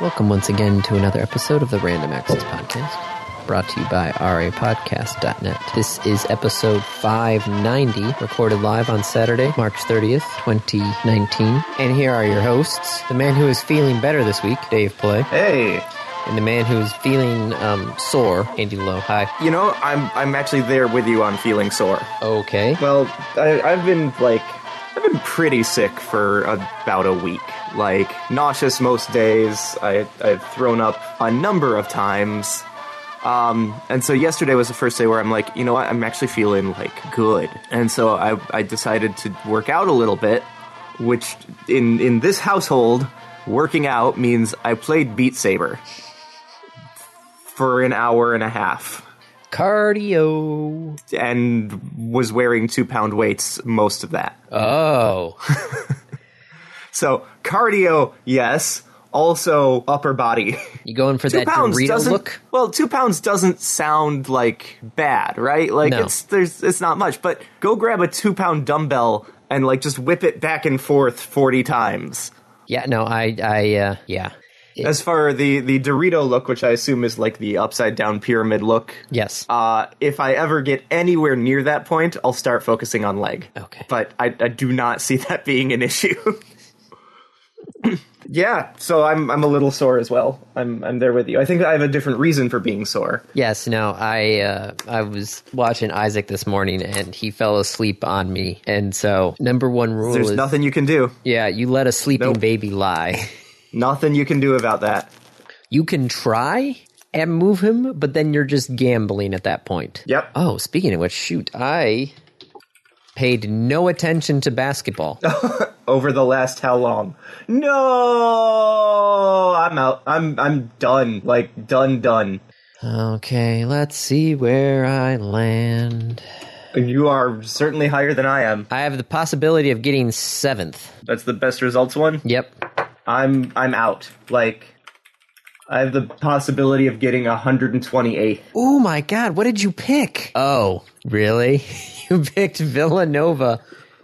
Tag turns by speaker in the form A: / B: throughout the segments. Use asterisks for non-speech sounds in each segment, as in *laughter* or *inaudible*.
A: Welcome once again to another episode of the Random Access Podcast, brought to you by rapodcast.net. This is episode 590, recorded live on Saturday, March 30th, 2019. And here are your hosts the man who is feeling better this week, Dave Play,
B: Hey,
A: and the man who is feeling um, sore, Andy Lowe. Hi.
B: you know, I'm I'm actually there with you on feeling sore.
A: Okay.
B: Well, I, I've been like, I've been pretty sick for about a week. Like nauseous most days. I I've thrown up a number of times. Um, and so yesterday was the first day where I'm like, you know what, I'm actually feeling like good. And so I I decided to work out a little bit, which in in this household, working out means I played Beat Saber for an hour and a half
A: Cardio.
B: and was wearing two pound weights most of that.
A: Oh.
B: So cardio, yes. Also upper body. *laughs*
A: You going for
B: two
A: that
B: pounds
A: Dorito
B: doesn't
A: look?
B: well. Two pounds doesn't sound like bad, right? Like
A: No.
B: it's there's it's not much. But go grab a two pound dumbbell and like just whip it back and forth forty times.
A: Yeah, no, I, I, uh, yeah.
B: As for the the Dorito look, which I assume is like the upside down pyramid look.
A: Yes.
B: Uh, if I ever get anywhere near that point, I'll start focusing on leg.
A: Okay.
B: But I, I do not see *laughs* that being an issue. yeah, so I'm I'm a little sore as well. I'm I'm there with you. I think I have a different reason for being sore.
A: Yes, no, I uh, I was watching Isaac this morning and he fell asleep on me. And so, number one rule
B: There's
A: is
B: nothing you can do.
A: yeah, you let a sleeping
B: Nope.
A: baby lie.
B: Nothing you can do about that.
A: You can try and move him, but then you're just gambling at that point.
B: Yep.
A: Oh, speaking of which, shoot, I paid no attention to
B: *laughs*
A: basketball.
B: Over the last how long? No, I'm out. I'm I'm done. Like done, done.
A: okay, let's see where I land.
B: You are certainly higher than I am.
A: I have the possibility of getting seventh.
B: That's the best results one.
A: Yep.
B: I'm I'm out. Like I have the possibility of getting 128th.
A: Oh my god, what did you pick? Oh, really? *laughs* You picked Villanova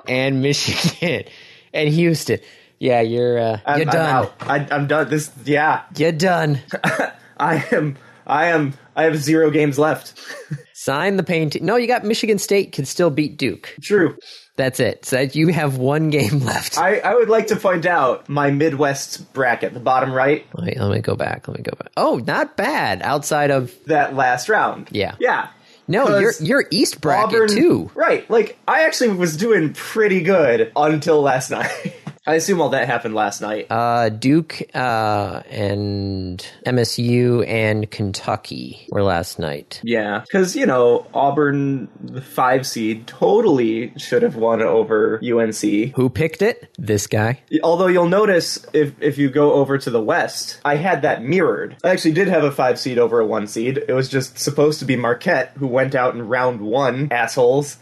A: and Michigan *laughs* and Houston. Yeah, you're uh,
B: I'm,
A: you're
B: I'm
A: done.
B: out. I, I'm done. This yeah.
A: You're done. *laughs*
B: I am I am I have zero games left. *laughs*
A: Sign the painting. No, you got Michigan State can still beat Duke.
B: True.
A: That's it. So that you have one game *laughs* left.
B: I, I would like to point out my Midwest bracket, the bottom right,
A: Wait, let me go back. Let me go back. Oh, not bad. Outside of
B: that last round.
A: Yeah.
B: Yeah.
A: no, you're
B: 'Cause
A: you're East bracket
B: Auburn-
A: too.
B: Right. Like I actually was doing pretty good until last *laughs* night. I assume all that happened last night.
A: Uh, Duke uh, and MSU and Kentucky were last night.
B: Yeah, because you know Auburn, the five seed, totally should have won over UNC.
A: Who picked it? This guy.
B: Although you'll notice if if you go over to the West, I had that mirrored. I actually did have a five seed over a one seed. It was just supposed to be Marquette who went out in round one. Assholes.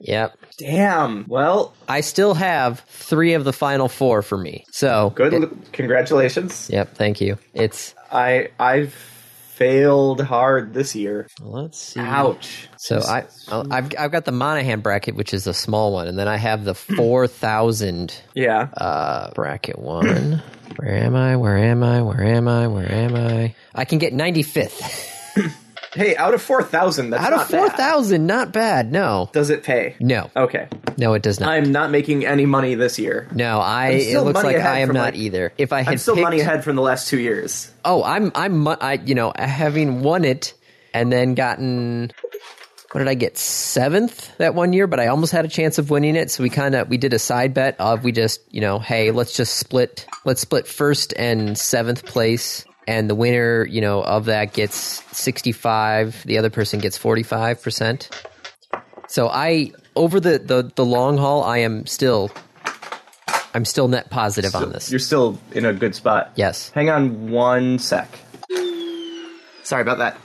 A: Yep.
B: Damn. Well,
A: I still have three of the final four for me. So
B: good.
A: It,
B: l- congratulations.
A: yep. Thank you. It's
B: I I've failed hard this year.
A: let's see.
B: Ouch.
A: So I I've I've got the Monahan bracket, which is a small one, and then I have
B: *clears throat*
A: the four thousand
B: Yeah.
A: uh, bracket one. Where am I? Where am I? Where am I? Where am I? I can get ninety fifth
B: hey, out of four thousand, that's
A: out
B: not
A: of four
B: bad.
A: thousand. Not bad. No.
B: Does it pay?
A: No.
B: Okay.
A: No, it does not.
B: I'm not making any money this year.
A: no, I. It
B: still
A: looks
B: money
A: like
B: ahead
A: I am
B: from,
A: not
B: like-
A: either. If I had
B: I'm still
A: picked,
B: money ahead from the last two years.
A: Oh, I'm I'm mu- I you know having won it and then gotten what did I get seventh that one year? But I almost had a chance of winning it, so we kind of we did a side bet of we just you know hey let's just split let's split first and seventh place. And the winner, you know, of that gets sixty-five. The other person gets forty-five percent. So I, over the, the the long haul, I am still, I'm still net positive on this.
B: You're still in a good spot.
A: Yes.
B: Hang on one sec. Sorry about that.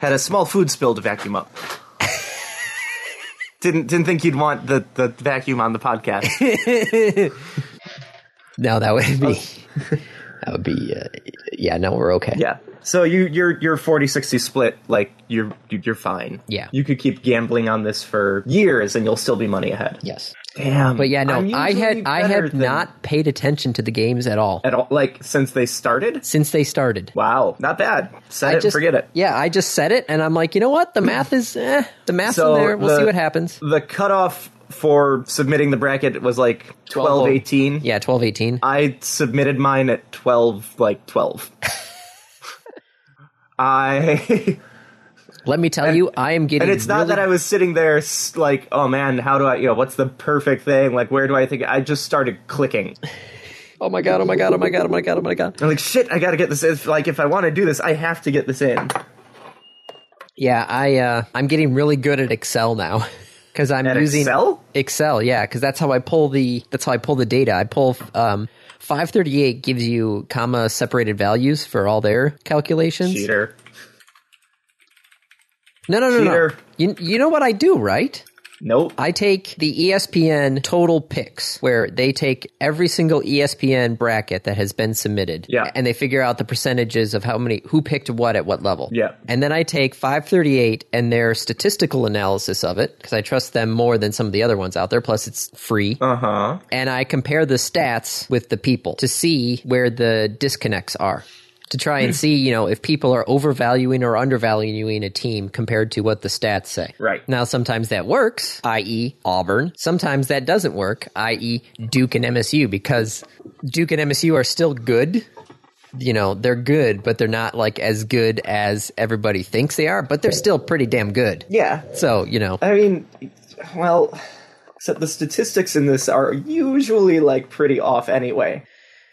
B: Had a small food spill to
A: *laughs*
B: vacuum up. didn't didn't think you'd want the, the vacuum on the podcast.
A: No, that would be *laughs* that would be uh, *laughs* yeah. No, we're okay.
B: Oh. yeah. So you you're you're 40-60 split, like you're you're fine.
A: Yeah.
B: You could keep gambling on this for years and you'll still be money ahead.
A: Yes.
B: Damn.
A: But yeah, no,
B: I'm
A: I
B: usually
A: had I
B: better
A: had
B: than-
A: not paid attention to the games at all
B: at all. Like since they started.
A: since they started.
B: Wow, not bad. Set
A: I
B: it,
A: just
B: forget it.
A: Yeah, I just said it, and I'm like, you know
B: *clears throat*
A: what? The math is eh, the math's
B: So
A: in there. We'll
B: the-
A: see what happens.
B: The cutoff for submitting the bracket was like 12, 18.
A: Yeah, twelve eighteen.
B: I submitted mine at 12, like
A: *laughs*
B: 12.
A: *laughs*
B: I.
A: Let me tell you, I am getting.
B: And it's not
A: really-
B: that I was sitting there s- like, oh man, how do I, you know, what's the perfect thing? Like, where do I think? I just started clicking.
A: Oh my god! Oh my god! Oh my god! Oh my god! Oh my god!
B: I'm like, shit, I gotta get this. If, like, if I want to do this, I have to get this in.
A: Yeah, I uh, I'm getting really good at Excel now *laughs* because I'm
B: At
A: using
B: Excel?
A: Excel, yeah, because that's how I pull the that's how I pull the data. I pull um, 538 gives you comma separated values for all their calculations.
B: Cheater.
A: No, no, no,
B: Cheater.
A: no. You you know what I do, right?
B: Nope.
A: I take the E ESPN total picks, where they take every single E ESPN bracket that has been submitted,
B: Yeah.
A: and they figure out the percentages of how many who picked what at what level,
B: Yeah.
A: And then I take 538 and their statistical analysis of it because I trust them more than some of the other ones out there. Plus, it's free,
B: Uh huh.
A: and I compare the stats with the people to see where the disconnects are. To try
B: Hmm.
A: and see, you know, if people are overvaluing or undervaluing a team compared to what the stats say.
B: Right.
A: Now, sometimes that works, i.e., Auburn. Sometimes that doesn't work, i.e., Duke and MSU, because Duke and MSU are still good. You know, they're good, but they're not like as good as everybody thinks they are, but they're still pretty damn good.
B: Yeah.
A: So, you know,
B: I mean, well, except the statistics in this are usually like pretty off anyway.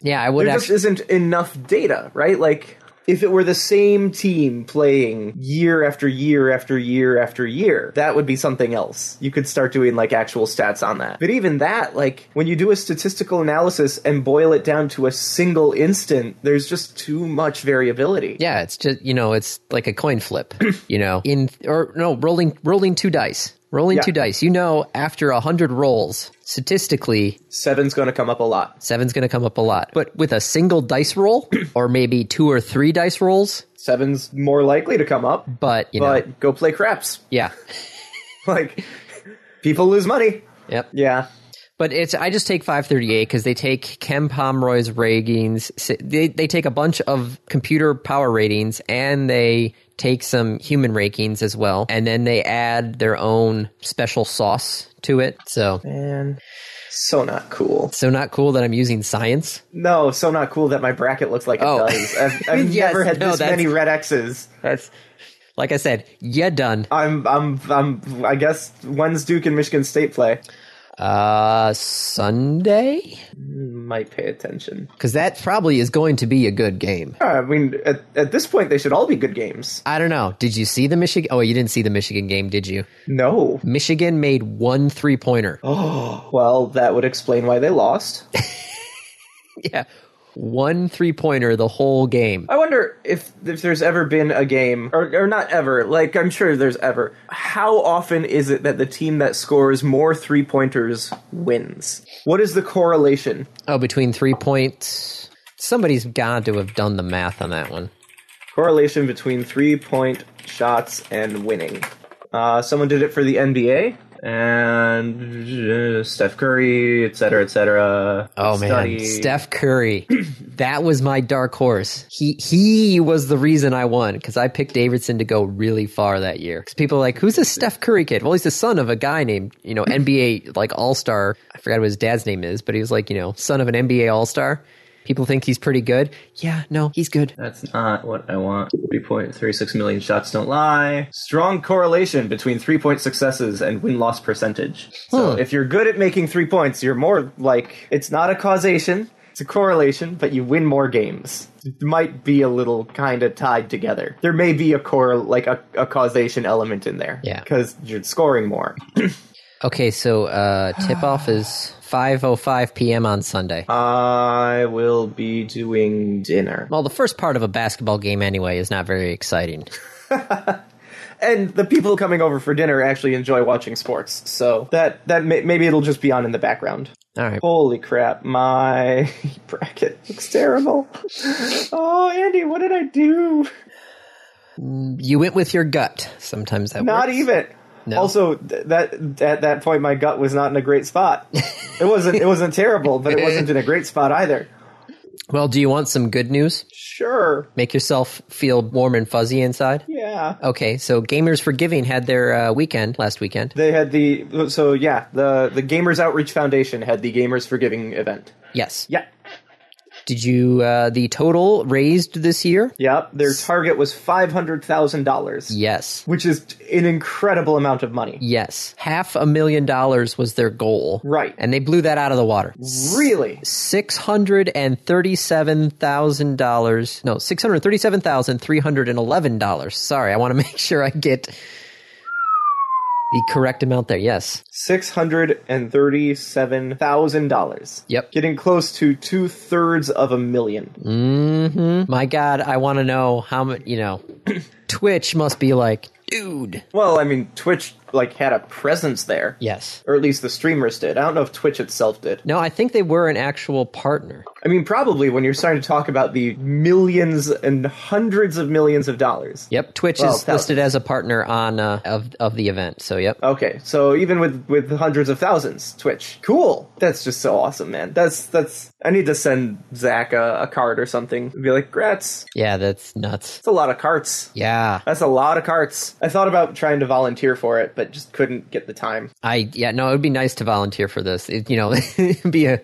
A: yeah, I would
B: There
A: actually.
B: just isn't enough data, right? Like, if it were the same team playing year after year after year after year, that would be something else. You could start doing like actual stats on that. But even that, like, when you do a statistical analysis and boil it down to a single instant, there's just too much variability.
A: Yeah, it's just you know, it's like a coin flip. you know, in or no, rolling rolling two dice, rolling
B: Yeah.
A: two dice. You know, after a hundred rolls, statistically,
B: Seven's going to come up a lot.
A: seven's going to come up a lot. But with a single dice roll, or maybe two or three dice rolls,
B: Seven's more likely to come up,
A: but you know,
B: but go play craps.
A: yeah,
B: *laughs* like people lose money.
A: yep.
B: Yeah.
A: But it's I just take 538 because they take Ken Pomeroy's ratings. si- They they take a bunch of computer power ratings and they take some human ratings as well, and then they add their own special sauce to it. So
B: And so not cool.
A: So not cool that I'm using science.
B: No, so not cool that my bracket looks like it
A: Oh.
B: does. I've, I've *laughs*
A: Yes,
B: never had
A: no,
B: this
A: that's-
B: many red X's.
A: That's like I said, yeah, done.
B: I'm, I'm, I'm. I guess when's Duke and Michigan State play?
A: Uh, Sunday
B: Might pay attention.
A: because that probably is going to be a good game.
B: Uh, I mean, at, at this point, they should all be good games.
A: I don't know. Did you see the Michigan? Oh, you didn't see the Michigan game, did you?
B: *gasps* No.
A: Michigan made one three pointer.
B: Oh, well, that would explain why they lost.
A: *laughs* Yeah, one three pointer the whole game.
B: I wonder if if there's ever been a game, or, or not ever. Like I'm sure there's ever. How often is it that the team that scores more three pointers wins? What is the correlation?
A: Oh, between three points. Somebody's got to have done the math on that one.
B: Correlation between three point shots and winning. Uh, someone did it for the NBA and uh, Steph Curry, et cetera, et cetera.
A: Oh man,
B: Study-
A: Steph Curry. *clears throat* that was my dark horse. He he was the reason I won cuz I picked Davidson to go really far that year. Cuz people are like, "Who's this Steph Curry kid?" Well, he's the son of a guy named, you know, NBA like All-Star. I forgot what his dad's name is, but he was like, you know, son of an NBA All-Star. People think he's pretty good. Yeah, no, he's good.
B: That's not what I want. 3.36 million shots don't lie. Strong correlation between three point successes and win loss percentage. So
A: Huh.
B: if you're good at making three points, you're more like it's not a causation, it's a correlation, but you win more games. It might be a little kind of tied together. There may be a core like a, a causation element in there.
A: Yeah.
B: Because you're scoring more.
A: Okay, so uh tip-off is 5:05 p.m. on Sunday.
B: I will be doing dinner.
A: well, the first part of a basketball game anyway is not very exciting.
B: and the people coming over for dinner actually enjoy watching sports. So that that may, maybe it'll just be on in the background.
A: All right.
B: Holy crap, my *laughs* bracket looks terrible. Oh, Andy, what did I do?
A: You went with your gut. Sometimes that
B: Not
A: works.
B: even.
A: No.
B: Also, th- that at that point, my gut was not in a great spot. It wasn't. it wasn't terrible, but it wasn't in a great spot either.
A: Well, do you want some good news?
B: Sure.
A: Make yourself feel warm and fuzzy inside.
B: Yeah.
A: Okay, so Gamers for Giving had their uh, weekend last weekend.
B: They had the so yeah the the Gamers Outreach Foundation had the Gamers for Giving event.
A: Yes.
B: Yeah.
A: Did you uh, the total raised this year?
B: Yep. Their target was five hundred thousand dollars,
A: Yes.
B: which is an incredible amount of money.
A: Yes. Half a million dollars was their goal.
B: Right.
A: And they blew that out of the water.
B: Really.
A: Six hundred and thirty-seven thousand dollars. No, six hundred thirty-seven thousand three hundred and eleven dollars. Sorry, I want to *laughs* make sure I get the correct amount there. Yes,
B: Six hundred and thirty-seven thousand dollars.
A: Yep.
B: getting close to two thirds of a million.
A: my God, I want to know how much. You know, *clears throat* Twitch must be like, dude.
B: Well, I mean, Twitch like had a presence there,
A: Yes.
B: or at least the streamers did. I don't know if Twitch itself did.
A: No, I think they were an actual partner.
B: I mean, probably when you're starting to talk about the millions and hundreds of millions of dollars.
A: Yep, Twitch
B: Well,
A: is
B: that was- Oh.
A: listed as a partner on uh, of of the event. So, yep.
B: Okay, so even with with hundreds of thousands, Twitch, cool. That's just so awesome, man. That's that's. I need to send Zach a, a card or something. Be like, grats.
A: Yeah, that's nuts.
B: It's a lot of carts.
A: Yeah,
B: That's a lot of carts. I thought about trying to volunteer for it, but just couldn't get the time.
A: I yeah no, it would be nice to volunteer for this. It, you know, *laughs* it'd be a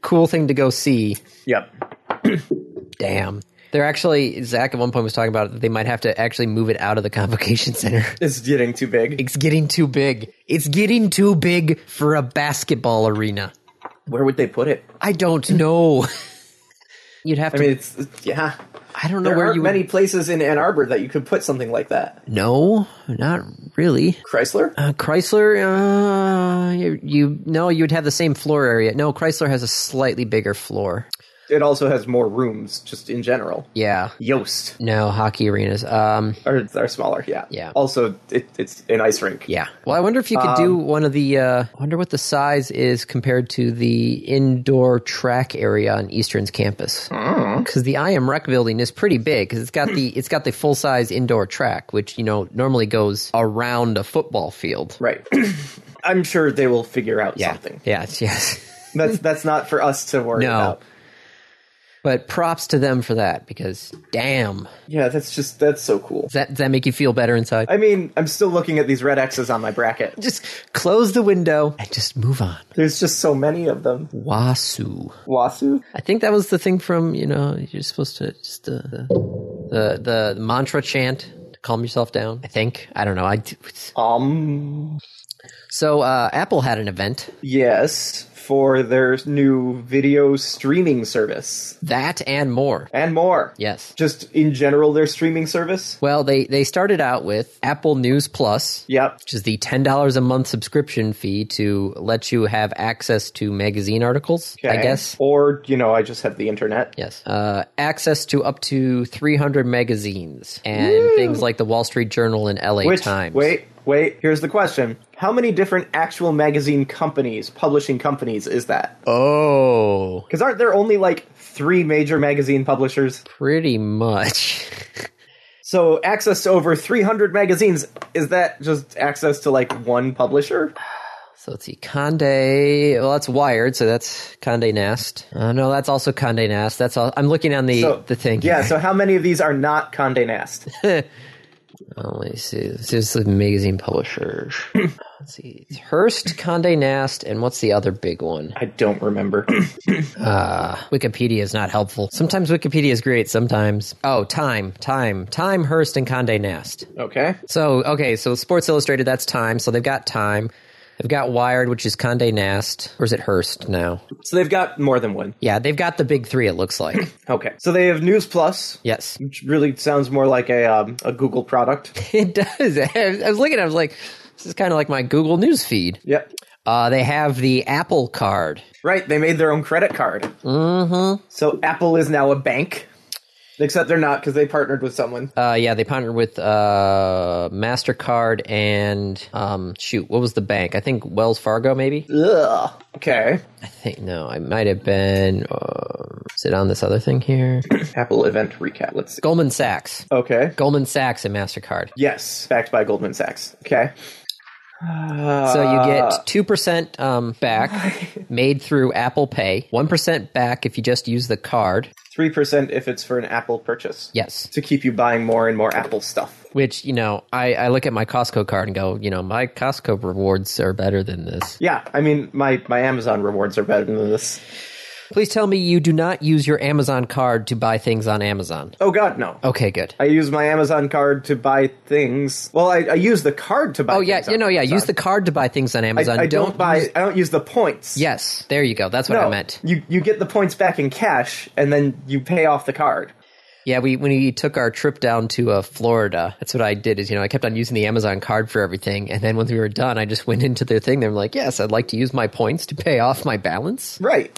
A: cool thing to go see.
B: Yep.
A: Damn, they're actually Zach at one point was talking about that they might have to actually move it out of the convocation center. *laughs*
B: It's getting too big.
A: It's getting too big. It's getting too big for a basketball arena.
B: Where would they put it?
A: I
B: *laughs*
A: don't know. You'd have to.
B: I
A: I,
B: mean, it's it's- yeah.
A: don't know
B: There
A: where
B: aren't
A: you
B: many
A: would.
B: places in Ann Arbor that you could put something like that.
A: No, not really.
B: Chrysler?
A: Uh, Chrysler, uh, you, you no, you would have the same floor area. No, Chrysler has a slightly bigger floor.
B: It also has more rooms, just in general.
A: Yeah,
B: Yoast
A: no hockey arenas. Um,
B: are, are smaller, yeah.
A: Yeah.
B: Also, it, it's an ice rink.
A: yeah. Well, I wonder if you could do one of the. Uh, I wonder what the size is compared to the indoor track area on Eastern's campus, because the I am Rec building is pretty big because it's got the it's got the full size indoor track, which you know normally goes around a football field.
B: Right. *clears throat* I'm sure they will figure out something.
A: Yes. *laughs* Yes.
B: That's that's not for us to worry
A: No.
B: about.
A: But props to them for that because damn,
B: Yeah, that's just that's so cool.
A: Does that, does that make you feel better inside?
B: I mean, I'm still looking at these red X's on my bracket.
A: just close the window and just move on.
B: There's just so many of them.
A: Wasu.
B: Wasu?
A: I think that was the thing from, you know, you're supposed to just uh, the, the the mantra chant to calm yourself down. I think. I don't know. I
B: Um
A: So uh Apple had an event.
B: Yes, for their new video streaming service
A: That and more.
B: and more.
A: Yes.
B: Just in general, their streaming service.
A: Well, they they started out with Apple News Plus.
B: Yep.
A: Which is the ten dollars a month subscription fee to let you have access to magazine articles, I
B: Okay.
A: guess.
B: Or, you know, I just have the internet.
A: Yes. Uh, access to up to 300 magazines and things like the Wall Street Journal and LA
B: Which,
A: Times.
B: wait, wait, here's the question. How many different actual magazine companies, publishing companies, is that?
A: Oh.
B: Because aren't there only like three major magazine publishers?
A: Pretty much. *laughs*
B: So access to over 300 magazines, is that just access to like one publisher?
A: So let's see. Conde. Well, that's Wired, so that's Conde Nast. Uh, no, that's also Conde Nast. That's all. I'm looking on the,
B: So-
A: the thing.
B: Yeah, so how many of these are not Condé Nast?
A: Oh, let me see. This is the magazine
B: *clears throat*
A: publisher. let's see. It's Hearst, Conde Nast, and what's the other big one?
B: I don't remember.
A: Wikipedia is not helpful. Sometimes Wikipedia is great, sometimes. Oh, Time, Time, Time, Hearst, and Conde Nast.
B: okay.
A: So, okay, so Sports Illustrated, that's Time. So they've got Time. They've got Wired, which is Conde Nast. Or is it Hearst now?
B: So they've got more than one.
A: Yeah, they've got the big three, it looks like.
B: Okay. So they have News Plus,
A: yes.
B: which really sounds more like a um, a Google product.
A: It does. *laughs* I was- I was looking, I was like, this is kind of like my Google News feed.
B: yep.
A: Uh, they have the Apple card.
B: Right. They made their own credit card. Mm-hmm. So Apple is now a bank, except they're not because they partnered with someone.
A: Uh, yeah, they partnered with uh, MasterCard and, um, shoot, what was the bank? I think Wells Fargo, maybe?
B: Ugh. Okay.
A: I think no, I might have been. Uh, is it on this other thing here? *coughs*
B: Apple event recap. Let's see.
A: Goldman Sachs,
B: Okay.
A: Goldman Sachs, and Mastercard.
B: Yes. Backed by Goldman Sachs. Okay.
A: *sighs* So
B: Uh.
A: you get two percent um, back, made through Apple Pay. One percent back if you just use the card.
B: Three percent if it's for an Apple purchase.
A: Yes,
B: To keep you buying more and more Apple stuff.
A: which you know, I, I look at my Costco card and go, you know, my Costco rewards are better than this.
B: Yeah, I mean my my Amazon rewards are better than this.
A: Please tell me you do not use your Amazon card to buy things on Amazon.
B: Oh God, no.
A: Okay, good.
B: I use my Amazon card to buy things. Well, I, I use the card to buy.
A: Oh yeah,
B: things on
A: you know, yeah.
B: Amazon.
A: Use the card to buy things on Amazon.
B: I, I don't, buy.
A: use-
B: I don't use the points.
A: yes, there you go. That's what
B: no,
A: I meant.
B: you you get the points back in cash, and then you pay off the card.
A: Yeah, we when we took our trip down to uh, Florida, that's what I did. Is you know I kept on using the Amazon card for everything, and then once we were done, I just went into their thing. They're like, "Yes, I'd like to use my points to pay off my balance."
B: Right.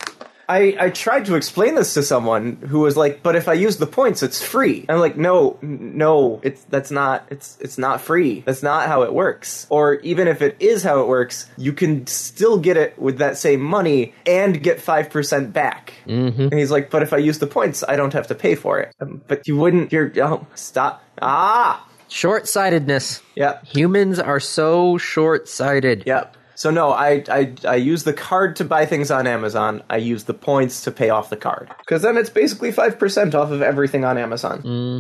B: I, I tried to explain this to someone who was like, "But if I use the points, it's free." I'm like, "No, n- no, it's that's not it's it's not free. That's not how it works. Or even if it is how it works, you can still get it with that same money and get five percent back." Mm-hmm. And he's like, "But if I use the points, I don't have to pay for it." Um, but you wouldn't. You're oh stop ah
A: Short sightedness.
B: yeah
A: Humans are so short sighted.
B: yeah. So no, I, I I use the card to buy things on Amazon. I use the points to pay off the card because then it's basically five percent off of everything on Amazon,
A: Mm,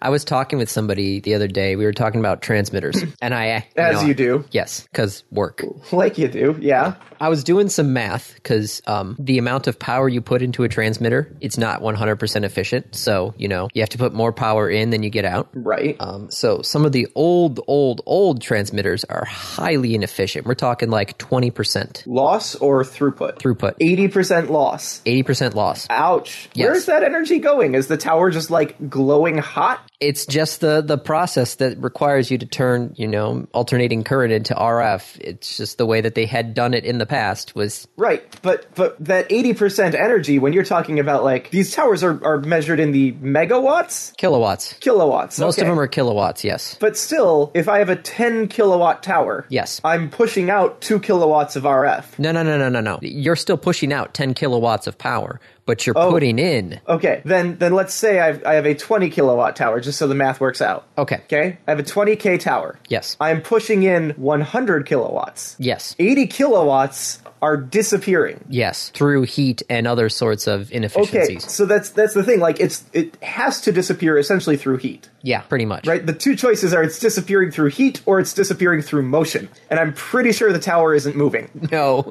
A: I was talking with somebody the other day. We were talking about
B: *clears throat*
A: transmitters, and I uh,
B: as
A: know,
B: you do, *laughs*
A: Yes, because work.
B: like you do. Yeah,
A: I was doing some math because um, the amount of power you put into a transmitter, it's not 100% efficient. So, you know, you have to put more power in than you get out.
B: right.
A: Um, so some of the old, old, old transmitters are highly inefficient. We're talking like 20%
B: loss or throughput?
A: throughput,
B: Eighty percent loss.
A: 80% loss.
B: Ouch.
A: Yes.
B: Where's that energy going? Is the tower just like glowing hot?
A: It's just the, the process that requires you to turn, you know, alternating current into RF. It's just the way that they had done it in the past was,
B: Right, but but that eighty percent energy when you're talking about like these towers are, are measured in the megawatts,
A: kilowatts.
B: kilowatts.
A: Most of them are kilowatts, yes.
B: But still, if I have a 10 kilowatt tower,
A: Yes.
B: I'm pushing out 2 kilowatts of RF.
A: No, no, no, no, no, no. You're still pushing out 10 kilowatts of power, but
B: Oh.
A: you're putting in.
B: Okay, then then let's say I've, I have a 20 kilowatt tower, just so the math works out.
A: Okay.
B: Okay, I have a 20k tower.
A: Yes.
B: I'm pushing in 100 kilowatts.
A: Yes.
B: 80 kilowatts are disappearing.
A: Yes. Through heat and other sorts of
B: Okay,
A: inefficiencies.
B: so that's that's the thing. Like it's it has to disappear essentially through heat.
A: Yeah, pretty much.
B: Right? The two choices are it's disappearing through heat or it's disappearing through motion. And I'm pretty sure the tower isn't moving.
A: No,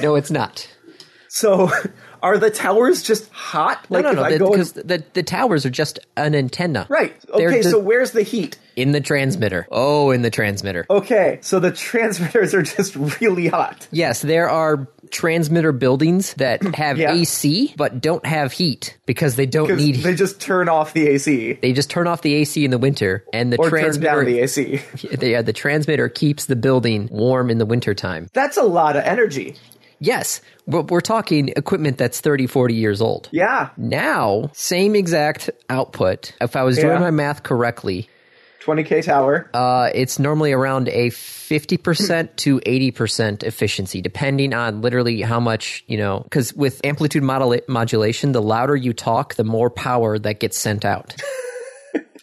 A: no, it's not.
B: So, *laughs* are the towers just hot? *laughs* Like,
A: no, no,
B: if I
A: no.
B: go in-
A: Because the, the towers are just an antenna.
B: right.
A: They're
B: Okay,
A: just
B: so where's the heat?
A: in the transmitter. Oh, in the transmitter.
B: Okay, so the *laughs* transmitters are just really hot.
A: Yes, there are transmitter buildings
B: *clears throat*
A: that have
B: Yeah.
A: AC but don't have heat because they don't
B: 'Cause
A: need heat.
B: *laughs* They just turn off the AC
A: They just turn off the AC in the winter, and the
B: or turn down the
A: transmitter,
B: AC.
A: *laughs* yeah, the transmitter keeps the building warm in the wintertime.
B: *laughs* That's a lot of energy.
A: Yes, but we're talking equipment that's 30, 40 years old.
B: Yeah,
A: Now, same exact output. If I was doing
B: Yeah.
A: my math correctly,
B: 20k tower.
A: uh, it's normally around a 50% to 80% efficiency, depending on literally how much, you know, because with amplitude modula- modulation, the louder you talk, the more power that gets sent out. *laughs*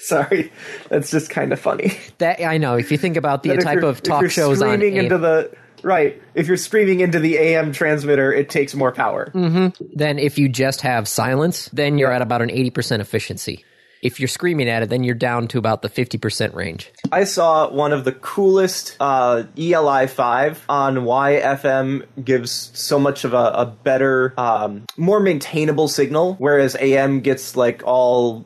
B: Sorry, that's just kind of funny.
A: That I know, if you think about the
B: If
A: type
B: you're-
A: of
B: if
A: talk
B: you're
A: shows on
B: screaming
A: AM,
B: into the right. If you're screaming into the AM transmitter, it takes more power.
A: then if you just have silence, then you're at about an 80% efficiency. If you're screaming at it, then you're down to about the 50% range.
B: I saw one of the coolest uh, ELI five on why FM gives so much of a, a better, um, more maintainable signal, whereas AM gets like all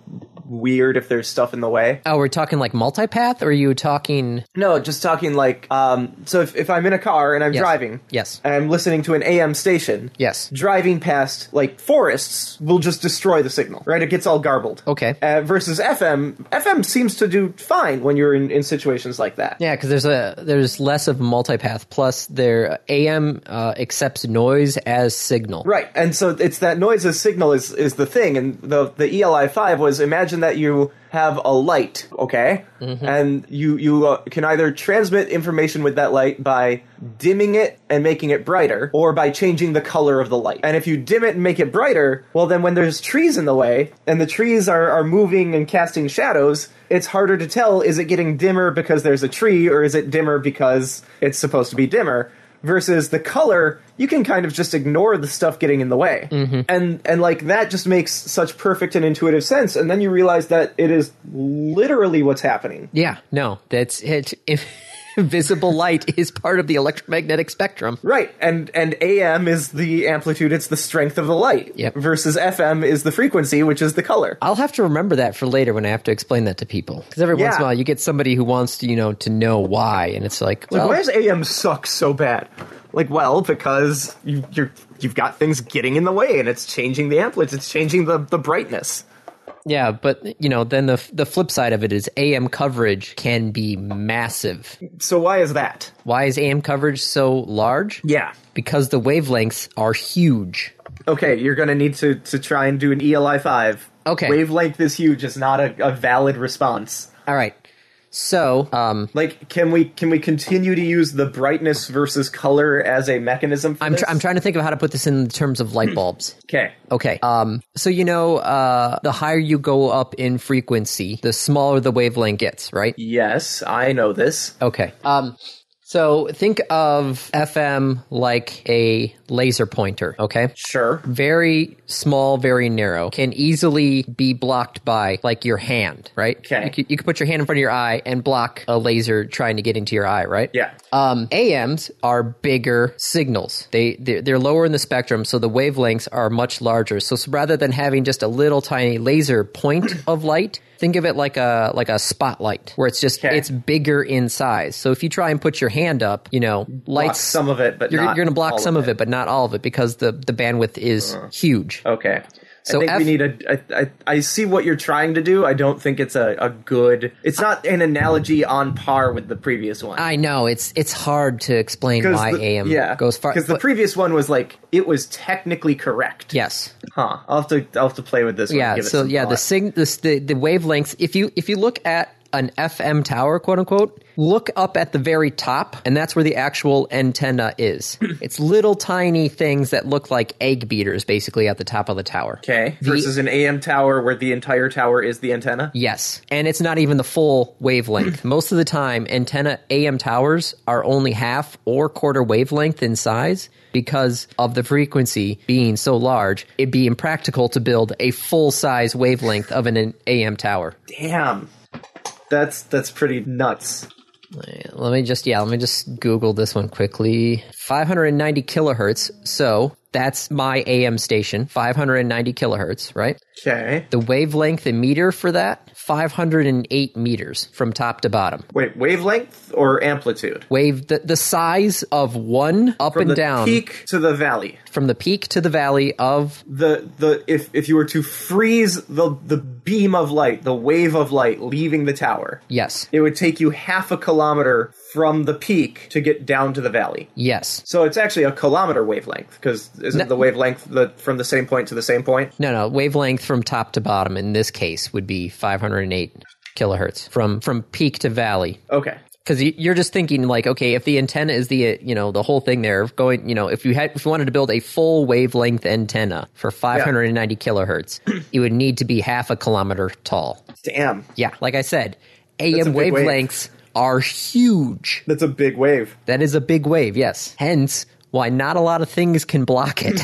B: weird if there's stuff in the way.
A: Oh, we're talking like multipath, or are you talking?
B: No, just talking like um, so. If, if I'm in a car and I'm driving,
A: Yes.
B: and I'm listening to an AM station,
A: Yes.
B: driving past like forests will just destroy the signal. Right, it gets all garbled.
A: Okay.
B: Uh, versus FM, FM seems to do fine when you're in, in situations like that.
A: Yeah, because there's a there's less of multipath. Plus, their AM uh, accepts noise as signal.
B: Right, and so it's that noise as signal is is the thing, and the the ELI E five was imagine imagine that you have a light, okay, and you you uh, can either transmit information with that light by dimming it and making it brighter, or by changing the color of the light. And if you dim it and make it brighter, well, then when there's trees in the way and the trees are are moving and casting shadows, it's harder to tell is it getting dimmer because there's a tree or is it dimmer because it's supposed to be dimmer versus the color you can kind of just ignore the stuff getting in the way
A: Mm-hmm.
B: and and like that just makes such perfect and intuitive sense and then you realize that it is literally what's happening
A: Yeah, no, that's it. *laughs* Invisible light is part of the electromagnetic spectrum.
B: right and and am is the amplitude it's the strength of the light
A: Yep.
B: versus fm is the frequency which is the color
A: I'll have to remember that for later when I have to explain that to people. Because every once in
B: Yeah.
A: a while you get somebody who wants to, you know, to know why, and it's like, well,
B: why does am suck so bad like well because you you're you've got things getting in the way and it's changing the amplitude it's changing the the brightness
A: yeah, but you know, then the the flip side of it is AM coverage can be massive.
B: so why is that
A: Why is AM coverage so large?
B: yeah
A: Because the wavelengths are huge.
B: okay, you're going to need to to try and do an ELI five.
A: Okay.
B: wavelength is huge. It's not a, a valid response.
A: All right. So, um,
B: Like, can we can we continue to use the brightness versus color as a mechanism? For
A: I'm
B: this?
A: tr- I'm trying to think of how to put this in terms of light bulbs.
B: okay.
A: Okay. Um, so you know, uh, the higher you go up in frequency, the smaller the wavelength gets, right?
B: Yes, I know this.
A: Okay. Um, so think of FM like a laser pointer. Okay.
B: Sure.
A: Very small, very narrow, can easily be blocked by like your hand, right?
B: Okay.
A: You could, you could put your hand in front of your eye and block a laser trying to get into your eye, right?
B: Yeah.
A: Um, AMs are bigger signals. They they're, they're lower in the spectrum, so the wavelengths are much larger. So, so rather than having just a little tiny laser
B: *clears throat*
A: point of light, think of it like a like a spotlight, where it's just
B: Okay.
A: it's bigger in size. So if you try and put your hand up, you know,
B: Block
A: lights
B: some of it, Uh-huh. but
A: you're,
B: not
A: you're going to
B: all
A: block some
B: of
A: of it. but not all of it, because the the bandwidth is huge.
B: Okay.
A: So
B: I think
A: F-
B: we need a. I, I, I see what you're trying to do. I don't think it's a, a good. It's not an analogy on par with the previous one.
A: I know it's it's hard to explain why
B: the,
A: AM
B: yeah,
A: goes far.
B: Because the
A: but-
B: previous one was like it was technically correct.
A: yes,
B: Huh. I'll have to I'll have to play with this.
A: yeah
B: One, give it
A: so
B: some
A: yeah the
B: thought.
A: sig the, the the wavelengths if you if you look at an fm tower quote unquote look up at the very top and that's where the actual antenna
B: *clears throat*
A: is it's little tiny things that look like egg beaters basically at the top of the tower
B: okay versus an AM tower where the entire tower is the antenna.
A: Yes, and it's not even the full wavelength. *clears throat* Most of the time, antenna AM towers are only half or quarter wavelength in size because of the frequency being so large. It'd be impractical to build a full size wavelength of an AM tower.
B: Damn. That's that's pretty nuts.
A: Let me just yeah, let me just Google this one quickly. 590 kilohertz. So that's my AM station. 590 kilohertz, right?
B: Okay.
A: The wavelength in meter for that 508 meters from top to bottom.
B: Wait, wavelength or amplitude?
A: Wave the, the size of one up
B: From
A: and
B: the
A: down
B: peak to the valley.
A: from the peak to the valley of
B: The the if if you were to freeze the the beam of light, the wave of light leaving the tower,
A: yes,
B: it would take you half a kilometer from the peak to get down to the valley.
A: yes.
B: So it's actually a kilometer wavelength because isn't the wavelength the from the same point to the same point?
A: No, no, wavelength from top to bottom in this case would be 508 kilohertz from from peak to valley
B: Okay.
A: because you're just thinking like okay if the antenna is the uh, you know the whole thing there going you know if you had if you wanted to build a full wavelength antenna for 590 kilohertz it would need to be half a kilometer tall
B: Damn.
A: yeah like i said
B: That's a
A: am
B: big wave.
A: wavelengths are huge
B: That's a big wave.
A: that is a big wave yes hence why not a lot of things can block it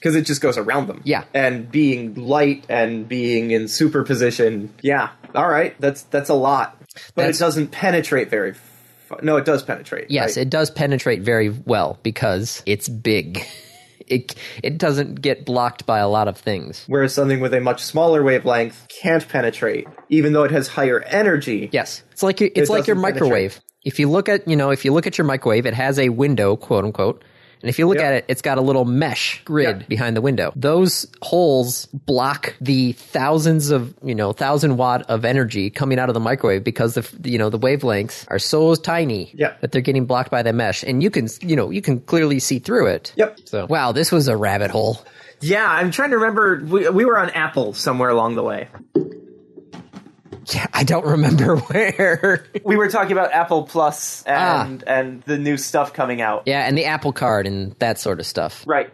B: Because it just goes around them.
A: Yeah.
B: And being light and being in superposition. Yeah. All right. That's that's a lot. But
A: That's-
B: it doesn't penetrate very. Fu- no, it does
A: *laughs*
B: penetrate.
A: yes
B: right?
A: it does penetrate very well because it's big *laughs* it it doesn't get blocked by a lot of things
B: Whereas something with a much smaller wavelength can't penetrate, even though it has higher energy.
A: Yes, it's like your, it's
B: It
A: like your
B: doesn't penetrate.
A: microwave. If you look at you know if you look at your microwave, it has a window, quote unquote. And if you look
B: Yep.
A: at it, it's got a little mesh grid
B: Yeah.
A: behind the window. Those holes block the thousands of you know thousand watt of energy coming out of the microwave because the f- you know the wavelengths are so tiny
B: Yeah.
A: that they're getting blocked by the mesh, and you can you know you can clearly see through it.
B: Yep.
A: So wow, this was a rabbit hole. *laughs*
B: Yeah, I'm trying to remember. We, we were on Apple somewhere along the way.
A: Yeah, I don't remember *laughs* where.
C: We were talking about Apple Plus
A: Ah.
C: and and the new stuff coming out.
A: yeah, and the Apple Card and that sort of stuff.
C: Right.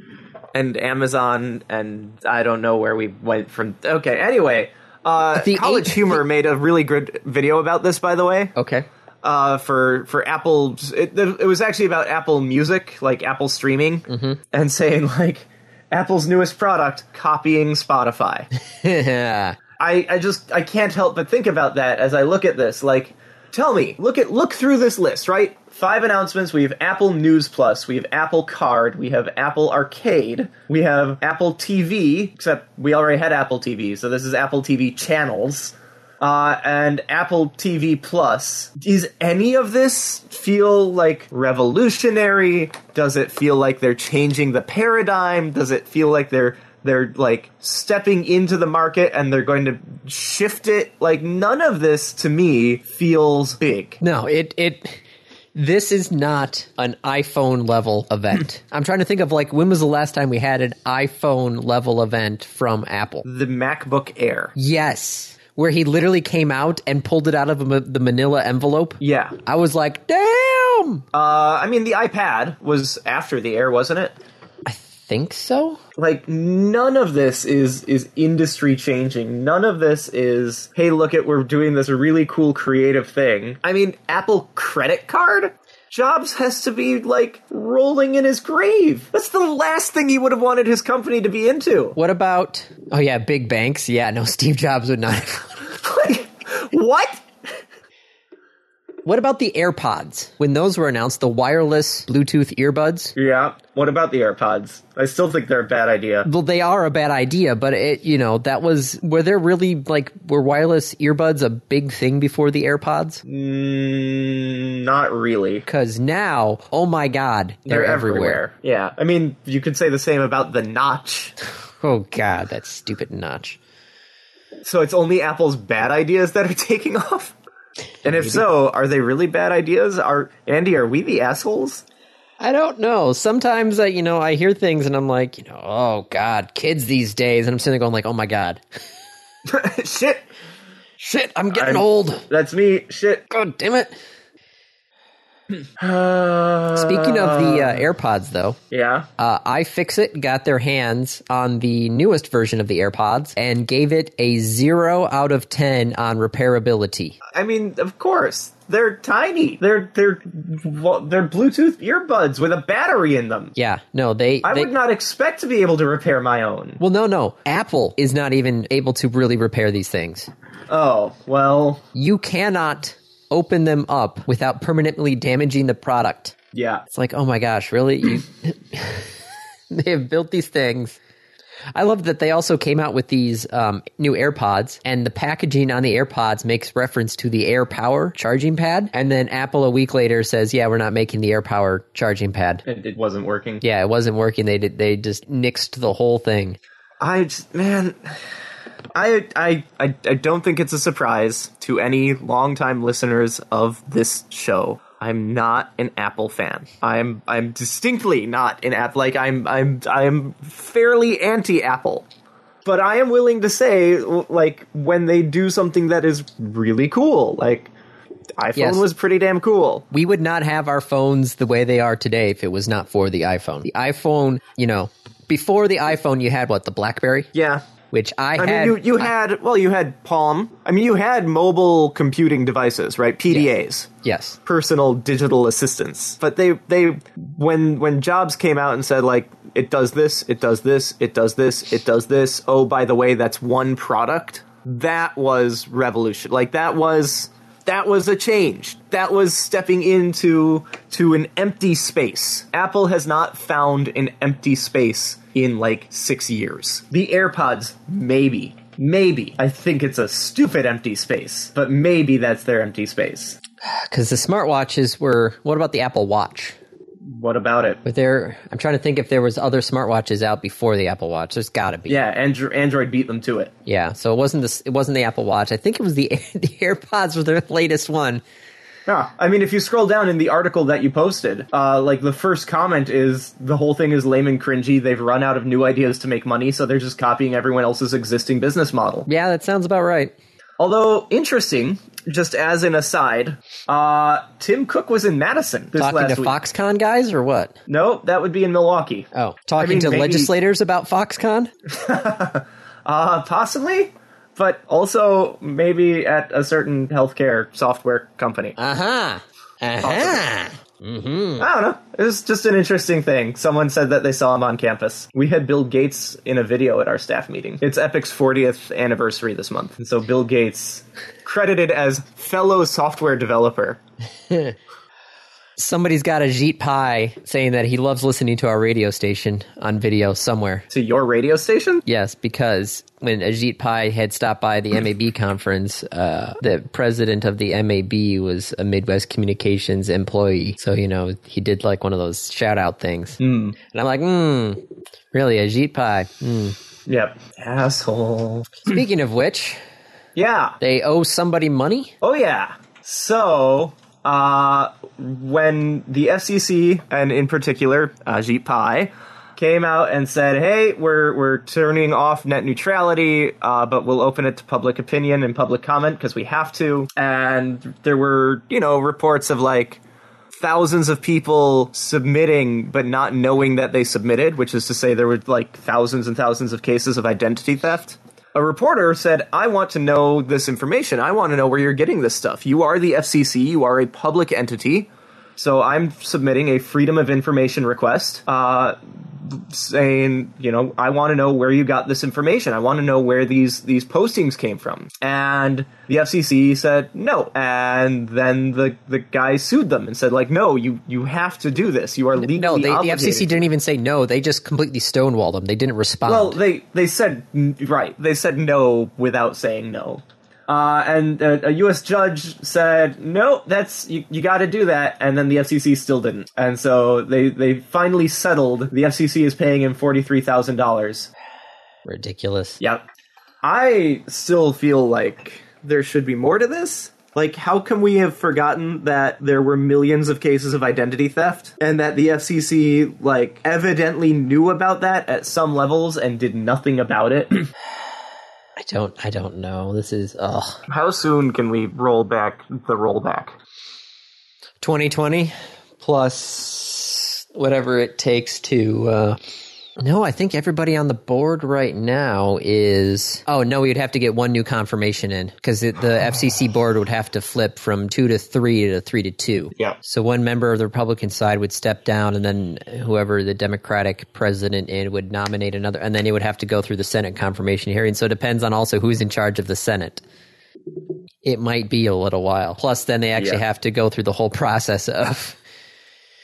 C: And Amazon and I don't know where we went from. Okay, anyway,
B: Uh,
A: The
B: College
A: eight-
B: Humor made a really good video about this, by the way.
A: Okay. *laughs*
B: Uh, for for Apple, it, it was actually about Apple Music, like Apple streaming,
A: Mm-hmm.
B: and saying like Apple's newest product copying Spotify.
A: yeah.
B: I, I just I can't help but think about that as I look at this. Like, tell me, look at look through this list, right? Five announcements. We have Apple News Plus, we have Apple Card, we have Apple Arcade, we have Apple TV, except we already had Apple TV, so this is Apple TV channels. Uh, and Apple TV Plus. Does any of this feel like revolutionary? Does it feel like they're changing the paradigm? Does it feel like they're they're like stepping into the market and they're going to shift it? Like none of this to me feels big.
A: No, it it this is not an iPhone level event. I'm trying to think of like when was the last time we had an iPhone level event from Apple?
B: The MacBook Air.
A: Yes, where he literally came out and pulled it out of a ma- the manila envelope.
B: Yeah.
A: I was like, "Damn!" I
B: Uh, I mean, the iPad was after the Air, wasn't it?
A: think so.
B: like none of this is is industry changing none of this is hey look at we're doing this really cool creative thing i mean apple credit card jobs has to be like rolling in his grave that's the last thing he would have wanted his company to be into *laughs*
A: What about Oh yeah, big banks. Yeah, no *laughs* Steve Jobs would not.
B: like what
A: what about the AirPods? When those were announced, the wireless Bluetooth earbuds?
B: yeah what about the airpods i still think they're a bad idea
A: well they are a bad idea but it you know that was were there really like were wireless earbuds a big thing before the airpods
B: mm, not really
A: because now oh my god they're, everywhere.
B: yeah i mean you could say the same about the notch
A: oh god that stupid notch
B: So it's only Apple's bad ideas that are *laughs* taking off? And if so, are they really bad ideas? Are Andy, are we the assholes? *laughs*
A: i don't know sometimes i you know i hear things and i'm like you know oh god kids these days and i'm sitting there going like oh my god
B: Shit.
A: shit i'm getting
B: I'm-
A: old
B: That's me. Shit.
A: god damn it speaking of the uh, airpods though
B: Yeah.
A: Uh, iFixit got their hands on the newest version of the AirPods and gave it a 0 out of 10 on repairability.
B: I mean, of course. They're tiny. They're they're well, they're Bluetooth earbuds with a battery in them.
A: Yeah, no, they.
B: I
A: they
B: would not expect to be able to repair my own.
A: well, no, no. Apple is not even able to really repair these things.
B: Oh, well,
A: You cannot open them up without permanently damaging the product.
B: yeah.
A: It's like, oh my gosh, really? You, *laughs* they have built these things. I love that they also came out with these um, new AirPods, and the packaging on the AirPods makes reference to the Air Power charging pad. And then Apple a week later says, "Yeah, we're not making the Air Power charging pad."
B: It, it wasn't working.
A: Yeah, it wasn't working. They did, they just nixed the whole thing.
B: I just, man, I, I, I, I don't think it's a surprise to any longtime listeners of this show. I'm not an Apple fan. I'm, I'm distinctly not an app. Like I'm, I'm, I'm fairly anti-Apple. But I am willing to say, like, when they do something that is really cool, like iPhone
A: Yes.
B: was pretty damn cool.
A: We would not have our phones the way they are today if it was not for the iPhone. The iPhone, you know, before the iPhone, you had what the BlackBerry,
B: Yeah.
A: which I,
B: I
A: had.
B: mean, you, you had, well, you had Palm. I mean, you had mobile computing devices, right? PDAs.
A: yes,
B: personal digital assistants. But they they when when Jobs came out and said like it does this, it does this, it does this, it does this. Oh, by the way, that's one product. That was revolution. Like that was that was a change. That was stepping into to an empty space. Apple has not found an empty space in like 6 years. The AirPods maybe Maybe. I think it's a stupid empty space, but maybe that's their empty space.
A: because the smartwatches were. What about the Apple Watch?
B: What about it?
A: But there, I'm trying to think if there was other smartwatches out before the Apple Watch. There's got to be.
B: Yeah, Andro- Android beat them to it.
A: Yeah, So it wasn't this. It wasn't the Apple Watch. I think it was the *laughs* the AirPods were the latest one.
B: Yeah, Ah, I mean, if you scroll down in the article that you posted, uh, like the first comment is the whole thing is lame and cringy. They've run out of new ideas to make money, so they're just copying everyone else's existing business model.
A: Yeah, that sounds about right.
B: Although interesting, just as an aside, uh, Tim Cook was in Madison this
A: Talking
B: last
A: to
B: week.
A: Foxconn guys or what?
B: No, that would be in Milwaukee.
A: Oh, talking
B: mean,
A: to
B: maybe-
A: legislators about Foxconn?
B: Uh, possibly, but also maybe at a certain healthcare software company.
A: Uh huh. Uh huh.
B: I don't know. It was just an interesting thing. Someone said that they saw him on campus. We had Bill Gates in a video at our staff meeting. It's Epic's 40th anniversary this month. And so Bill Gates, credited as fellow software developer.
A: Somebody's got a Jeet Pie saying that he loves listening to our radio station on video somewhere.
B: To your radio station?
A: Yes, because when Ajit Pai had stopped by the
B: *laughs*
A: MAB conference, uh, the president of the MAB was a Midwest Communications employee. So, you know, he did like one of those shout out things. Mm. And I'm like, hmm, really, Ajit Pai.
B: Hmm.
A: Mm.
B: Yep. Asshole.
A: Speaking of which,
B: Yeah.
A: they owe somebody money?
B: Oh yeah. So, uh, when the FCC and in particular Ajit Pai came out and said, "Hey, we're we're turning off net neutrality, uh, but we'll open it to public opinion and public comment because we have to," and there were you know reports of like thousands of people submitting but not knowing that they submitted, which is to say there were like thousands and thousands of cases of identity theft. A reporter said, I want to know this information. I want to know where you're getting this stuff. You are the FCC, you are a public entity. So I'm submitting a freedom of information request uh, saying, you know, I want to know where you got this information. I want to know where these these postings came from. And the FCC said no. And then the the guy sued them and said, like, no, you you have to do this. You are legally
A: No, they, the
B: obligated.
A: FCC didn't even say no. They just completely stonewalled them. They didn't respond.
B: Well, they they said right. They said no without saying no. Uh, and a, a U.S. judge said, "No, that's you, you got to do that." And then the FCC still didn't, and so they they finally settled. The FCC is paying him forty three thousand dollars.
A: Ridiculous.
B: Yep. I still feel like there should be more to this. Like, how can we have forgotten that there were millions of cases of identity theft and that the FCC, like, evidently knew about that at some levels and did nothing about it? *clears throat*
A: I don't. I don't know. This is ugh.
D: How soon can we roll back the rollback?
A: 2020 plus whatever it takes to uh no, I think everybody on the board right now is. Oh no, we'd have to get one new confirmation in because the FCC board would have to flip from two to three to three to two.
D: Yeah.
A: So one member of the Republican side would step down, and then whoever the Democratic president in would nominate another, and then it would have to go through the Senate confirmation hearing. So it depends on also who's in charge of the Senate. It might be a little while. Plus, then they actually
B: Yeah.
A: have to go through the whole process of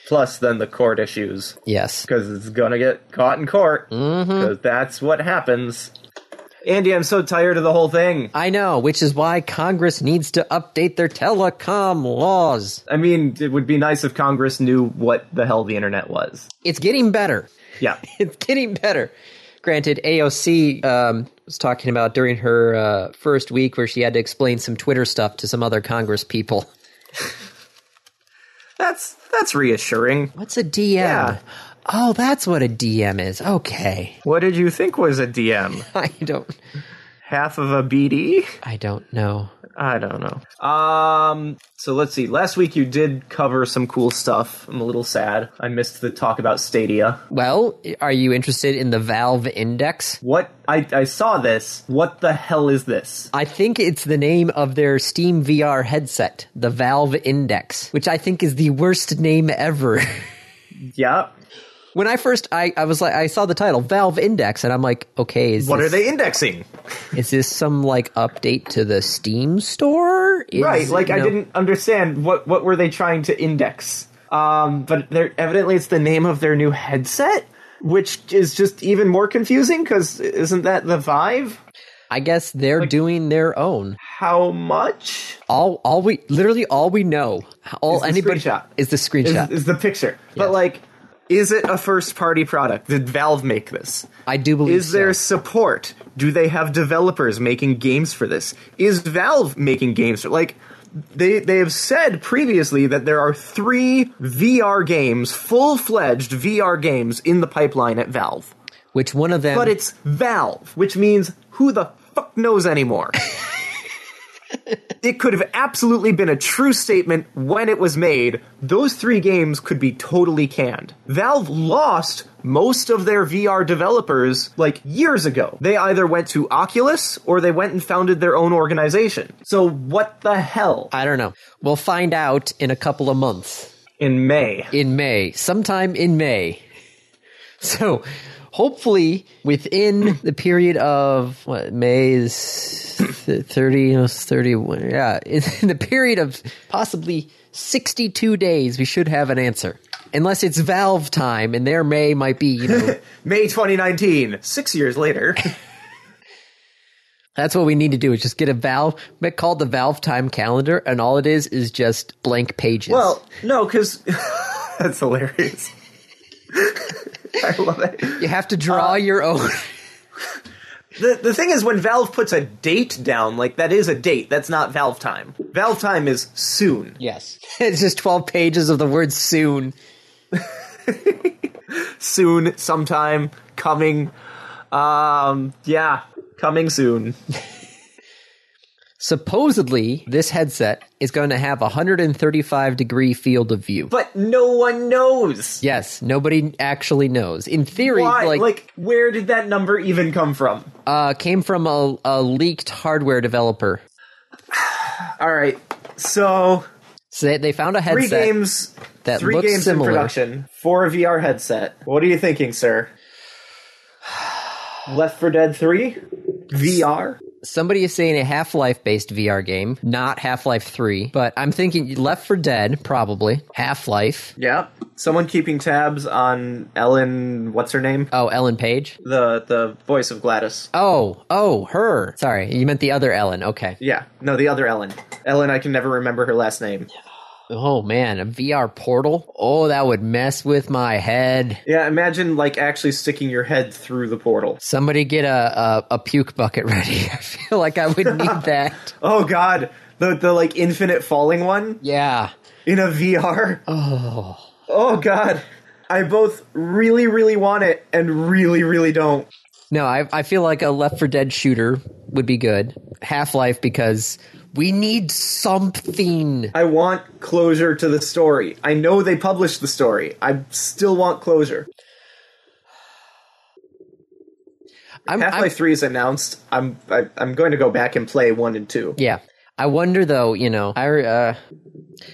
B: Plus, then the court issues.
A: yes.
B: Because it's gonna get caught in court. Because that's what happens. Mm-hmm. Andy, I'm so tired of the whole thing.
A: I know, which is why Congress needs to update their telecom laws.
B: I mean, it would be nice if Congress knew what the hell the internet was.
A: It's getting better. *laughs*
B: Yeah.
A: it's getting better. Granted, AOC um, was talking about during her uh, first week where she had to explain some Twitter stuff to some other Congress people. *laughs*
D: That's that's reassuring.
A: What's a DM?
D: Yeah.
A: Oh, that's what a DM is. Okay, *laughs*
D: What did you think was a DM?
A: I don't,
D: Half of a BD?
A: I don't know.
D: I don't know.
B: Um. So let's see. Last week you did cover some cool stuff. I'm a little sad. I missed the talk about Stadia.
A: Well, are you interested in the Valve Index?
B: What I I saw this. What the hell is this?
A: I think it's the name of their Steam VR headset, the Valve Index, which I think is the worst name ever. *laughs*
B: Yeah.
A: when I first, I, I was like, I saw the title Valve Index, and I'm like, okay, is
D: What are
A: this,
D: they indexing?
A: Is this some like update to the Steam store? Is
B: Right.
A: it-
B: Like I
A: no.
B: didn't understand what what were they trying to index. Um. But they're evidently it's the name of their new headset, which is just even more confusing because isn't that the Vive?
A: I guess they're doing their own.
B: How much
A: All, all we literally all we know, all
B: the
A: anybody
B: screenshot.
A: is the
B: is,
A: screenshot.
B: is the picture? But like, is it a first party product? Did Valve make this?
A: I do believe.
D: Is there
A: so.
D: support? Do they have developers making games for this? Is Valve making games for like they they have said previously that there are 3 VR games, full-fledged VR games in the pipeline at Valve.
A: which one of them?
D: But it's Valve, which means who the fuck knows anymore.
B: it could have absolutely been a true statement when it was made. Those three games could be totally canned. Valve lost most of their VR developers like years ago. They either went to Oculus or they went and founded their own organization. So what the hell?
A: I don't know. We'll find out in a couple of months.
B: In May.
A: In May. Sometime in May. *laughs* So hopefully within the period of what May is th- 30, no, it's 31. Yeah, in, *laughs* in the period of possibly 62 days, we should have an answer. Unless it's Valve time, and their May might be, you know,
B: May 2019, 6 years later.
A: That's what we need to do is just get a Valve, make called the Valve Time calendar, and all it is is just blank pages.
B: well, no cuz *laughs* that's hilarious. *laughs* I love it.
A: you have to draw your own.
B: The, the thing is, when Valve puts a date down, like that is a date. That's not Valve time. Valve time is soon.
A: yes. *laughs* It's just 12 pages of the word soon.
B: Soon, sometime, coming. Um, yeah, coming soon.
A: Supposedly, this headset is going to have a 135 degree field of view.
B: But no one knows.
A: yes, nobody actually knows. In theory,
B: Why? Like,
A: like,
B: where did that number even come from?
A: uh, came from a, a leaked hardware developer.
B: All right, so
A: So they, they found a
B: three
A: headset.
B: games.
A: that
B: three
A: looks
B: games
A: similar.
B: in production for a VR headset. What are you thinking, sir? *sighs* Left for Dead Three, VR.
A: Somebody is saying a Half Life based VR game, not Half Life 3, but I'm thinking Left for Dead, probably. Half Life.
B: Yeah. Someone keeping tabs on Ellen, what's her name?
A: Oh, Ellen Page?
B: The the voice of Gladys.
A: Oh, oh, her. Sorry, you meant the other Ellen. Okay.
B: Yeah. No, the other Ellen. Ellen, I can never remember her last name.
A: Oh, man, a VR portal? Oh, that would mess with my head.
B: Yeah, imagine like actually sticking your head through the portal.
A: Somebody get a, a, a puke bucket *laughs* ready. I feel like I would need that.
B: Oh god. The the like infinite falling one
A: Yeah.
B: in a VR. Oh. Oh god. I both really, really want it and really, really don't.
A: No, I, I feel like a Left for Dead shooter would be good. Half Life, because we need something.
B: I want closure to the story. I know they published the story. I still want closure.
A: I'm,
B: Half
A: I'm-
B: Life Three is announced. I'm I, I'm going to go back and play one and two.
A: Yeah. I wonder though, you know, I uh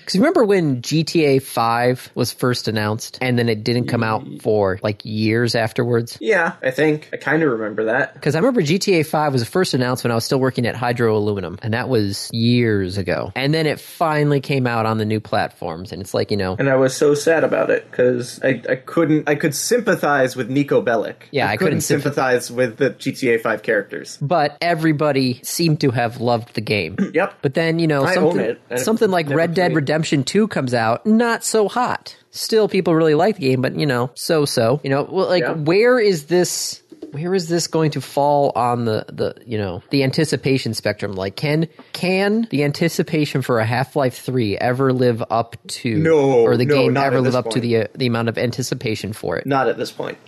A: 'cause you remember when GTA 5 was first announced and then it didn't come out for like years afterwards?
B: Yeah, I think I kind of remember that.
A: Because I remember GTA 5 was first announced when I was still working at Hydro Aluminum, and that was years ago. And then it finally came out on the new platforms, and it's like, you know,
B: And I was so sad about it because I, I couldn't I could sympathize with Nico Bellic.
A: Yeah, I couldn't
B: sympathize with the GTA Five characters.
A: but everybody seemed to have loved the game.
B: Yep,
A: But then, you know,
B: I own
A: something,
B: it, and
A: something
B: it
A: like
B: never
A: Red Dead
B: played.
A: Redemption 2 comes out, not so hot. Still, people really like the game, but, you know, so so. You know, well, like,
B: Yeah.
A: where is this. Where is this going to fall on the, the you know the anticipation spectrum? Like, can can the anticipation for a Half Life Three ever live up to
B: No,
A: or the
B: no,
A: game
B: not
A: ever
B: at
A: live
B: this
A: up to
B: point.
A: the uh, the amount of anticipation for it?
B: not at this point.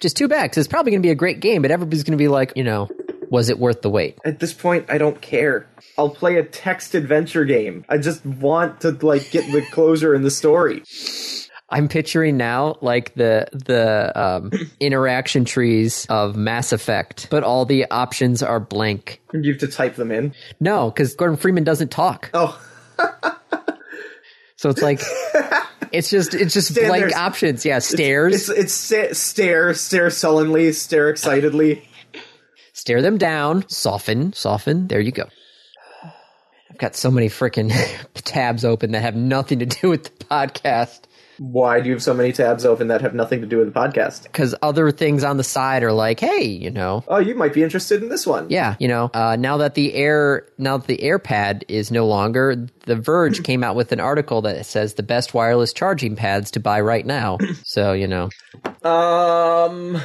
A: Just too bad 'cause it's probably going to be a great game, but everybody's going to be like, you know, was it worth the wait?
B: At this point, I don't care. I'll play a text adventure game. I just want to like
A: *laughs*
B: get the closure in the story.
A: I'm picturing now like the the
B: *laughs*
A: um, interaction trees of Mass Effect, but all the options are blank.
B: You have to type them in.
A: No, because Gordon Freeman doesn't talk,
B: Oh,
A: so it's
B: *laughs*
A: like it's just it's just blank
B: there's-
A: options. Yeah, stairs,
B: it's it's sta- stare, stare sullenly, stare excitedly.
A: stare them down, soften, soften. There you go. I've got so many freaking *laughs* tabs open that have nothing to do with the podcast
B: Why do you have so many tabs open that have nothing to do with the podcast?
A: because other things on the side are like, hey, you know,
B: Oh, you might be interested in this one.
A: Yeah, you know, uh, now that the air now that the AirPad is no longer, The Verge came out with an article that says the best wireless charging pads to buy right now. So you know,
B: Um.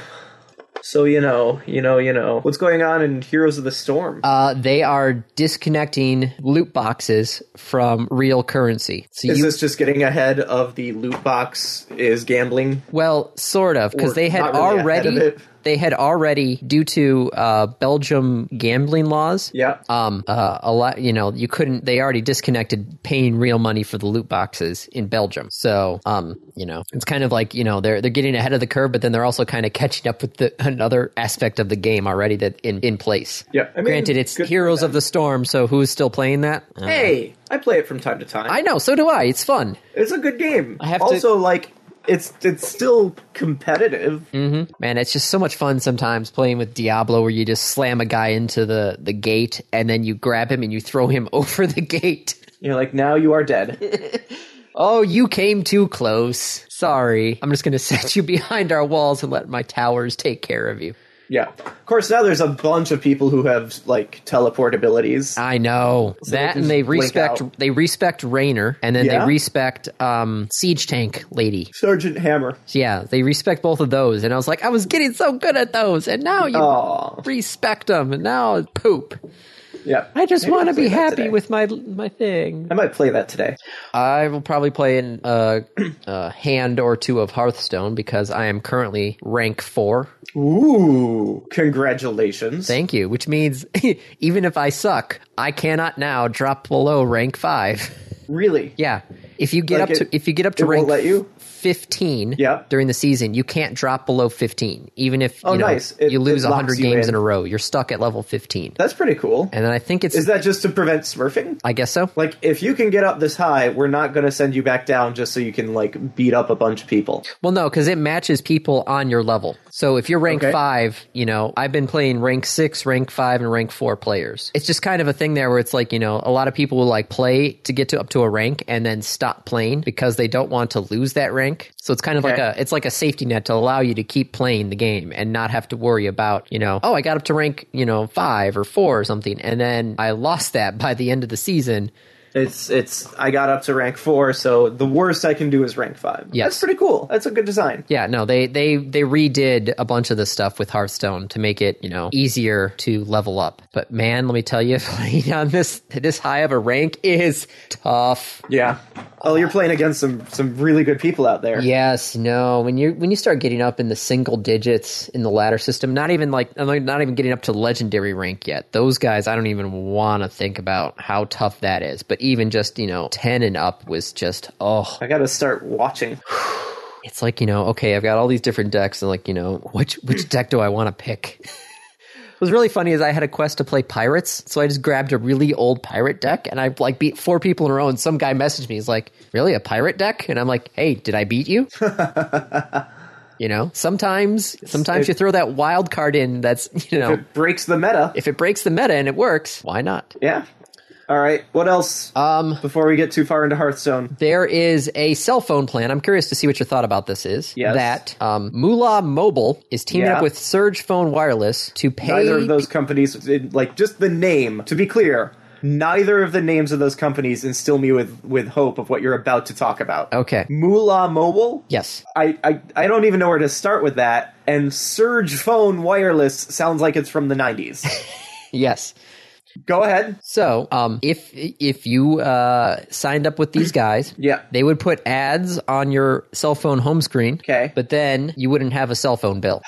B: So you know, you know, you know, what's going on in Heroes of the Storm?
A: uh, they are disconnecting loot boxes from real currency. So
B: is
A: you,
B: this just getting ahead of the loot box is gambling?
A: well, sort of, because
B: Or
A: they had
B: not really ahead of
A: already
B: it?
A: They had already, due to uh, Belgium gambling laws,
B: Yeah.
A: um, uh, a lot, you know, you couldn't. They already disconnected paying real money for the loot boxes in Belgium. So, um, you know, it's kind of like you know they're they're getting ahead of the curve, but then they're also kind of catching up with the, another aspect of the game already that in in place.
B: Yeah, I mean,
A: Granted, it's
B: good for
A: Heroes of
B: them.
A: the Storm, so who's still playing that? Uh,
B: Hey, I play it from time to time.
A: I know, so do I. It's fun.
B: it's a good game.
A: I have to-
B: also like it's it's still competitive.
A: Mm. Man, it's just so much fun sometimes playing with Diablo where you just slam a guy into the, the gate and then you grab him and you throw him *laughs* over the gate.
B: You're like now you
A: *laughs*
B: are dead.
A: Oh, you came too close. Sorry. I'm just going to *laughs* set you behind our walls and let my towers take care of you.
B: yeah. Of course, now there's a bunch of people who have like teleport abilities.
A: I know. that
B: can
A: and they
B: blink
A: respect
B: out.
A: they respect Rainer and then
B: Yeah?
A: they respect um Siege Tank lady.
B: Sergeant Hammer.
A: Yeah, they respect both of those and I was like I was getting so good at those and now you
B: Oh,
A: respect them and now poop.
B: yeah.
A: I just
B: Maybe I'll
A: want to
B: play
A: be
B: that
A: happy
B: today.
A: with my my thing.
B: I might play that today.
A: I will probably play in uh, *clears throat* a hand or two of Hearthstone because I am currently rank four.
B: Ooh, congratulations!
A: Thank you. Which means *laughs* even if I suck, I cannot now drop below rank five. *laughs*
B: really?
A: Yeah. If you get
B: Like
A: up
B: it-
A: to if you get up to
B: it won't
A: rank
B: let you?
A: fifteen
B: Yeah. Oh,
A: during the season, you can't drop below fifteen. Even if you, know,
B: nice. It-
A: you lose
B: it locks
A: hundred
B: you
A: games in.
B: in.
A: a row, you're stuck at level fifteen.
B: That's pretty cool.
A: And then I think it's
B: Is that just to prevent smurfing?
A: I guess so.
B: Like, if you can get up this high, we're not going to send you back down just so you can like beat up a bunch of people.
A: Well, no, because it matches people on your level. So if you're rank
B: Okay.
A: five, you know, I've been playing rank six, rank five, and rank four players. It's just kind of a thing there where it's like, you know, a lot of people will like play to get to up to a rank and then stop playing because they don't want to lose that rank. So it's kind of
B: Okay.
A: like a it's like a safety net to allow you to keep playing the game and not have to worry about, you know, oh I got up to rank, you know, five or four or something, and then I lost that *laughs* by the end of the season.
B: It's it's. I got up to rank four, so the worst I can do is rank five.
A: Yes.
B: that's pretty cool. That's a good design.
A: Yeah, no, they they they redid a bunch of the stuff with Hearthstone to make it you know easier to level up. But man, let me tell you, *laughs* playing on this this high of a rank is tough.
B: Yeah. Oh, you're playing against some some really good people out there.
A: Yes, no. When you when you start getting up in the single digits in the ladder system, not even like I'm like not even getting up to legendary rank yet. Those guys, I don't even want to think about how tough that is. But even just you know ten and up was just oh,
B: I got to start watching.
A: it's like you know okay i've got all these different decks and like you know which which deck do i want to pick *laughs* what was really funny is i had a quest to play pirates so i just grabbed a really old pirate deck and i like beat four people in a row and some guy messaged me he's like really a pirate deck and i'm like hey did i beat you you know sometimes sometimes
B: it-
A: you throw that wild card in that's you know
B: *laughs* It breaks the meta.
A: if it breaks the meta and it works why not
B: Yeah. All right. What else?
A: um
B: before we get too far into Hearthstone.
A: There is a cell phone plan. I'm curious to see what your thought about this is.
B: Yes.
A: That um, Moolah Mobile is teaming
B: Yeah.
A: up with Surge Phone Wireless to pay.
B: Neither of those companies, it- like just the name, to be clear, neither of the names of those companies instill me with with hope of what you're about to talk about.
A: Okay.
B: Moolah Mobile.
A: Yes.
B: I, I I don't even know where to start with that. And Surge Phone Wireless sounds like it's from the *laughs* 90s.
A: Yes.
B: Go ahead.
A: So, um, if if you uh, signed up with these guys,
B: *clears throat* Yeah.
A: they would put ads on your cell phone home screen.
B: Okay.
A: But then you wouldn't have a cell phone bill.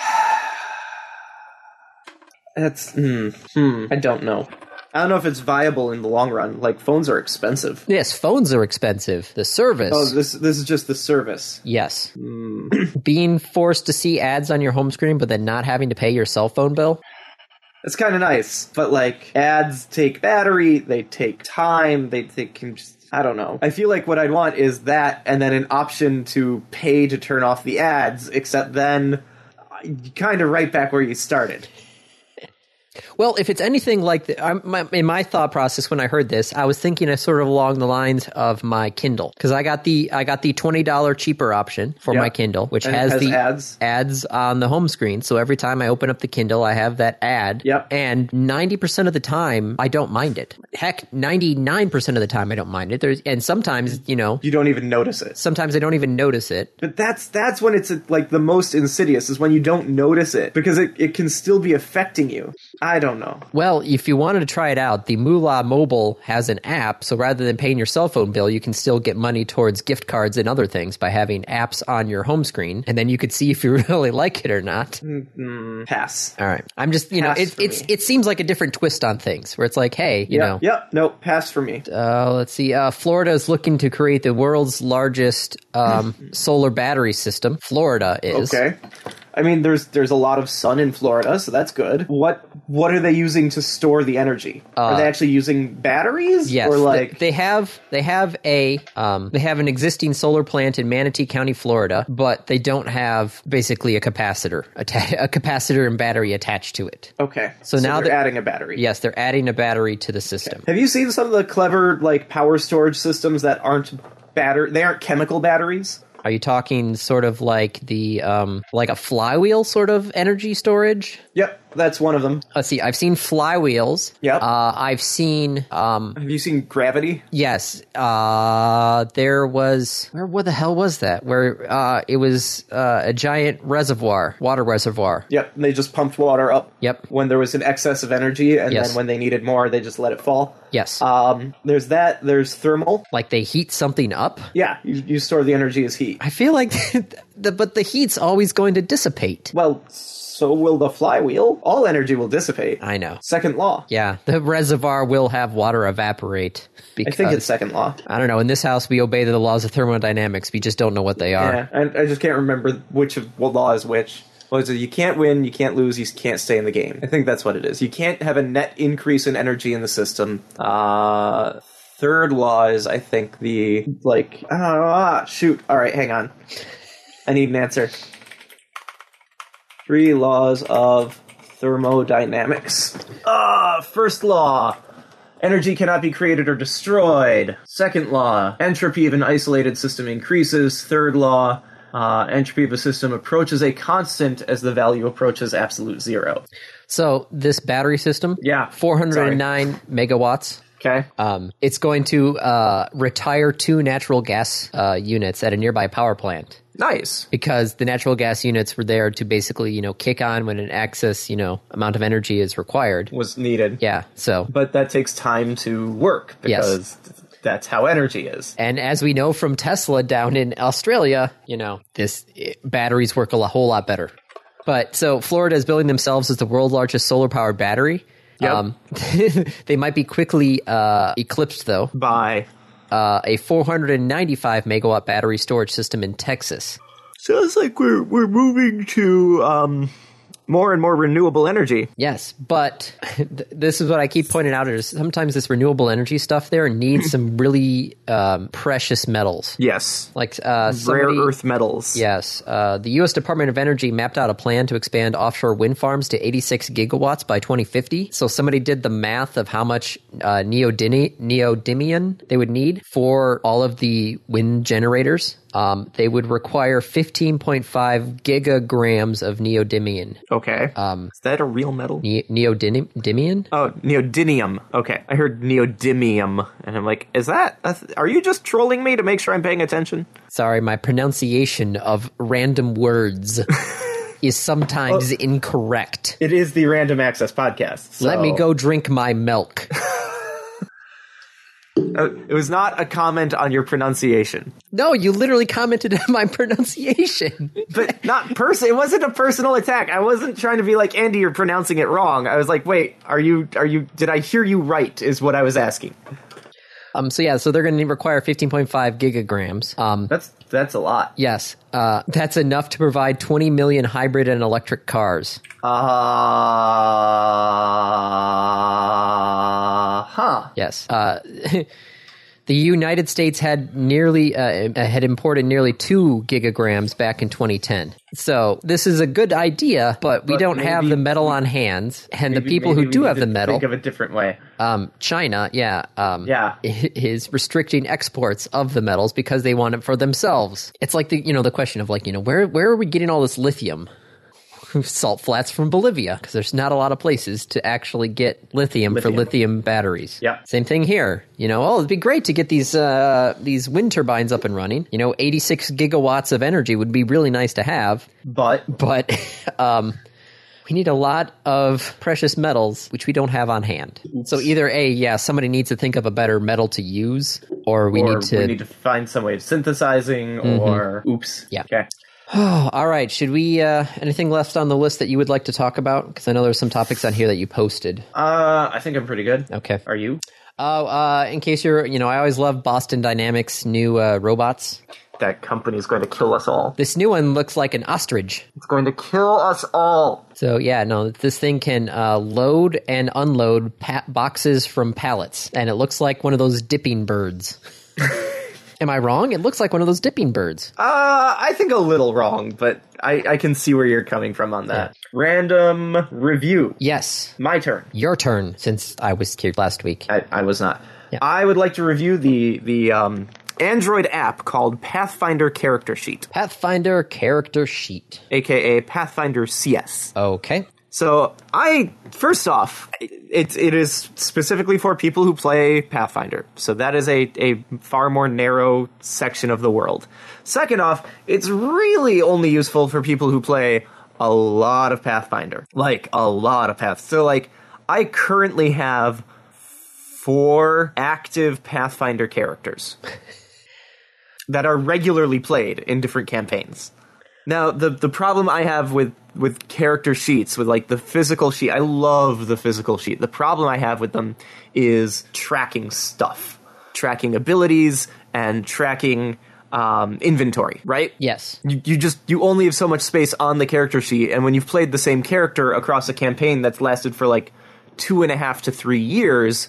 B: That's hmm, hmm. I don't know. I don't know if it's viable in the long run. Like phones are expensive.
A: Yes, phones are expensive. The service.
B: Oh, this this is just the service.
A: yes.
B: Hmm.
A: *clears throat* Being forced to see ads on your home screen, but then not having to pay your cell phone bill.
B: It's kind of nice, but like ads take battery, they take time, they they can just I don't know. I feel like what I'd want is that, and then an option to pay to turn off the ads. Except then, kind of right back where you started.
A: Well, if it's anything like the, I'm, my, in my thought process when I heard this, I was thinking of sort of along the lines of my Kindle because I got the I got the twenty dollar cheaper option for
B: Yeah.
A: my Kindle, which
B: And it
A: has,
B: has
A: the
B: ads.
A: ads on the home screen. So every time I open up the Kindle, I have that ad.
B: Yep.
A: And ninety percent of the time, I don't mind it. Heck, ninety nine percent of the time, I don't mind it. There's and sometimes you know.
B: You don't even notice it.
A: Sometimes I don't even notice it.
B: But that's that's when it's like the most insidious is when you don't notice it because it, it can still be affecting you.
E: I don't know.
A: Well, if you wanted to try it out, the Moolah Mobile has an app, so rather than paying your cell phone bill, you can still get money towards gift cards and other things by having apps on your home screen, and then you could see if you *laughs* really like it or not. Hmm.
E: Pass.
A: All right, I'm just you know
E: Pass
A: it,
E: for
A: it's
E: me.
A: it seems like a different twist on things where it's like, hey, you
E: Yep,
A: know,
E: Yep. Nope. Pass for me.
A: uh, let's see. Uh, Florida is looking to create the world's largest um, solar battery system. Florida is.
E: Okay. I mean, there's there's a lot of sun in Florida, so that's good. What what are they using to store the energy? are they actually using batteries?
A: Uh, Yes,
E: Or
A: th-
E: like
A: they have they have a um, they have an existing solar plant in Manatee County, Florida, but they don't have basically a capacitor atta- *laughs* a capacitor and battery attached to it.
E: okay. So,
A: now
E: they're
A: that-
E: adding a battery.
A: Yes, they're adding a battery to the system.
E: Have you seen some of the clever like power storage systems that aren't batter? They aren't chemical batteries.
A: Are you talking sort of like the um, like a flywheel sort of energy storage?
E: Yep, that's one of them.
A: Let's see. I've seen flywheels.
E: Yep.
A: Uh, I've seen um,
E: Have you seen Gravity?
A: Yes. Uh, there was where what the hell was that? Where uh, it was uh, a giant reservoir, water reservoir.
E: Yep, and they just pumped water up.
A: Yep.
E: When there was an excess of energy, and
A: Yes.
E: then when they needed more, they just let it fall.
A: Yes.
E: Um, there's that. There's thermal.
A: like they heat something up.
E: Yeah, you, you store the energy as heat.
A: I feel like *laughs* the but the heat's always going to dissipate.
E: Well, so will the flywheel. All energy will dissipate.
A: I know.
E: Second law.
A: Yeah, the reservoir will have water evaporate
E: I
A: because
E: think it's second law.
A: I don't know. In this house, we obey the laws of thermodynamics. We just don't know what they are.
E: Yeah, and I just can't remember which of what law is which. What is it? You can't win, you can't lose, you can't stay in the game. I think that's what it is. You can't have a net increase in energy in the system. Uh, third law is, I think, the like. Ah, shoot. All right, hang on. I need an answer. Three laws of thermodynamics. Ah,
C: Uh, first law. Energy cannot be created or destroyed. Second law. Entropy of an isolated system increases. Third law. Uh, entropy of a system approaches a constant as the value approaches absolute zero.
A: So this battery system,
C: Yeah,
A: four hundred and nine megawatts.
C: Okay.
A: Um, it's going to uh, retire two natural gas uh, units at a nearby power plant
C: Nice.
A: because the natural gas units were there to basically, you know, kick on when an excess, you know, amount of energy is required.
C: Was needed.
A: Yeah. So,
C: But that takes time to work
A: Yes.
C: because that's how energy is.
A: and as we know from Tesla down in Australia, you know, this it, batteries work a lo- whole lot better. But so Florida is building themselves as the world's largest solar powered battery. Um, *laughs* they might be quickly uh, eclipsed, though,
C: By
A: uh, a 495 megawatt battery storage system in Texas.
B: Sounds like we're we're moving to um more and more renewable energy.
A: Yes, but *laughs* th- this is what I keep pointing out is sometimes this renewable energy stuff there needs some really um, precious metals.
B: Yes.
A: Like uh, somebody,
B: Rare earth metals.
A: Yes, uh, the U.S. Department of Energy mapped out a plan to expand offshore wind farms to 86 gigawatts by 2050. So somebody did the math of how much uh, neodymi- neodymium they would need for all of the wind generators. Um, they would require 15.5 gigagrams of neodymium.
B: Okay. Um Is that a real metal?
A: Ne- neodymium?
B: Oh, neodymium. Okay. I heard neodymium and I'm like, is that a th- are you just trolling me to make sure I'm paying attention?
A: Sorry, my pronunciation of random words is sometimes incorrect.
C: it is the Random Access Podcast. so-
A: Let
B: Oh.
A: me go drink my milk.
B: Uh, it was not a comment on your pronunciation.
A: No, you literally commented on my *laughs* pronunciation.
B: But not person it wasn't a personal attack. I wasn't trying to be like, "Andy, you're pronouncing it wrong." I was like, "Wait, are you are you did I hear you right?" is what I was asking.
A: Um, so yeah, so they're going to require 15.5 gigagrams. Um,
C: That's that's a lot.
A: yes, uh, that's enough to provide 20 million hybrid and electric cars.
C: Uh huh.
A: Yes. Uh, *laughs* the United States had nearly uh, had imported nearly two gigagrams back in 2010. So this is a good idea, but we don't have
C: maybe-
A: the metal on hand, and the people
C: Maybe
A: who
C: we
A: do
C: need
A: have
C: to
A: the metal,
C: Think of a different way.
A: um, China, yeah, um,
C: Yeah.
A: is restricting exports of the metals because they want it for themselves. It's like the you know the question of like you know where where are we getting all this lithium? *laughs* Salt flats from Bolivia because there's not a lot of places to actually get lithium, for lithium batteries.
C: Yeah.
A: Same thing here. You know, oh, it'd be great to get these uh, these wind turbines up and running. You know, 86 gigawatts of energy would be really nice to have
C: But
A: but *laughs* um, we need a lot of precious metals, which we don't have on hand. So either A, yeah, somebody needs to think of a better metal to use, or we
C: or
A: need to.
C: we need to find some way of synthesizing or
E: Oops.
A: Yeah.
C: okay
A: Oh, all right. Should we, uh, anything left on the list that you would like to talk about? Because I know there's some topics on here that you posted.
C: uh i think i'm pretty good
A: Okay.
C: are you
A: Oh, uh, in case you're, you know, I always love Boston Dynamics new uh, robots.
B: That company's going to kill us all.
A: This new one looks like an ostrich.
B: It's going to kill us all.
A: So yeah, no, this thing can uh, load and unload pa- boxes from pallets, and it looks like one of those dipping
B: *laughs*
A: birds. Am I wrong? It looks like one of those dipping birds.
C: Uh, I think a little wrong, but I, I can see where you're coming from on that. Random review.
A: yes,
C: My turn.
A: your turn. Since I was here last week,
C: I, I was not.
A: Yeah.
C: I would like to review the the um,
B: Android app called Pathfinder Character Sheet,
A: Pathfinder character sheet.
B: aka Pathfinder CS.
A: Okay.
B: So I first off, it it is specifically for people who play Pathfinder. So that is a a far more narrow section of the world. Second off, it's really only useful for people who play a lot of Pathfinder, like a lot of Path. So like I currently have four active Pathfinder characters that are regularly played in different campaigns. Now, the the problem I have with with character sheets, with like the physical sheet, I love the physical sheet. The problem I have with them is tracking stuff, tracking abilities, and tracking um, inventory. Right?
A: Yes.
B: You, you just you only have so much space on the character sheet, and when you've played the same character across a campaign that's lasted for like two and a half to three years,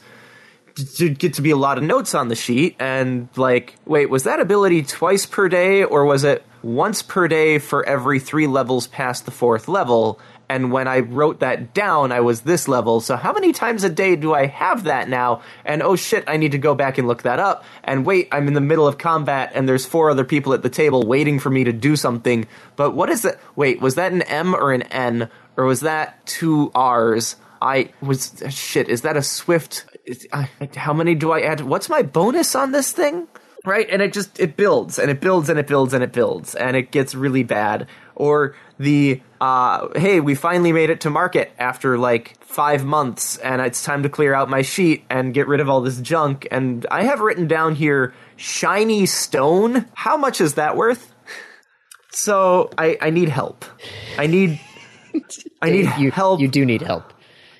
B: to get to be a lot of notes on the sheet and like wait was that ability twice per day or was it once per day for every three levels past the fourth level and when i wrote that down i was this level so how many times a day do i have that now and oh shit i need to go back and look that up and wait i'm in the middle of combat and there's four other people at the table waiting for me to do something but what is that wait was that an m or an n or was that two r's I was shit. Is that a swift? is- I, how many do I add? What's my bonus on this thing? Right, and it just it builds and it builds and it builds and it builds and it gets really bad. Or the uh, hey, we finally made it to market after like five months, and it's time to clear out my sheet and get rid of all this junk. And I have written down here shiny stone. How much is that worth? So I I need help. I need I need
A: *laughs* you,
B: help.
A: You do need help.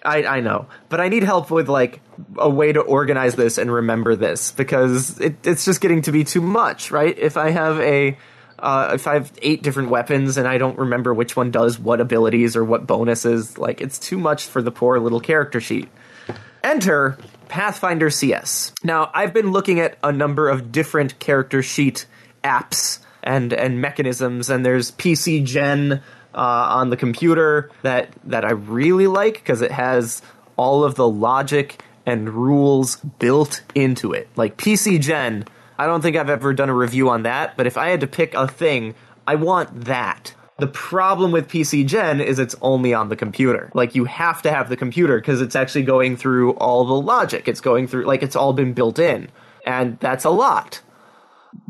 B: I, I know, but I need help with like a way to organize this and remember this because it, it's just getting to be too much, right? If I have a uh, if I have eight different weapons and I don't remember which one does what abilities or what bonuses, like it's too much for the poor little character sheet. Enter Pathfinder CS. Now, I've been looking at a number of different character sheet apps and and mechanisms, and there's PC Gen uh, on the computer that that I really like because it has all of the logic and rules built into it. Like PC Gen, I don't think I've ever done a review on that, but if I had to pick a thing, I want that. The problem with PC Gen is it's only on the computer. Like you have to have the computer because it's actually going through all the logic. It's going through like it's all been built in, and that's a lot.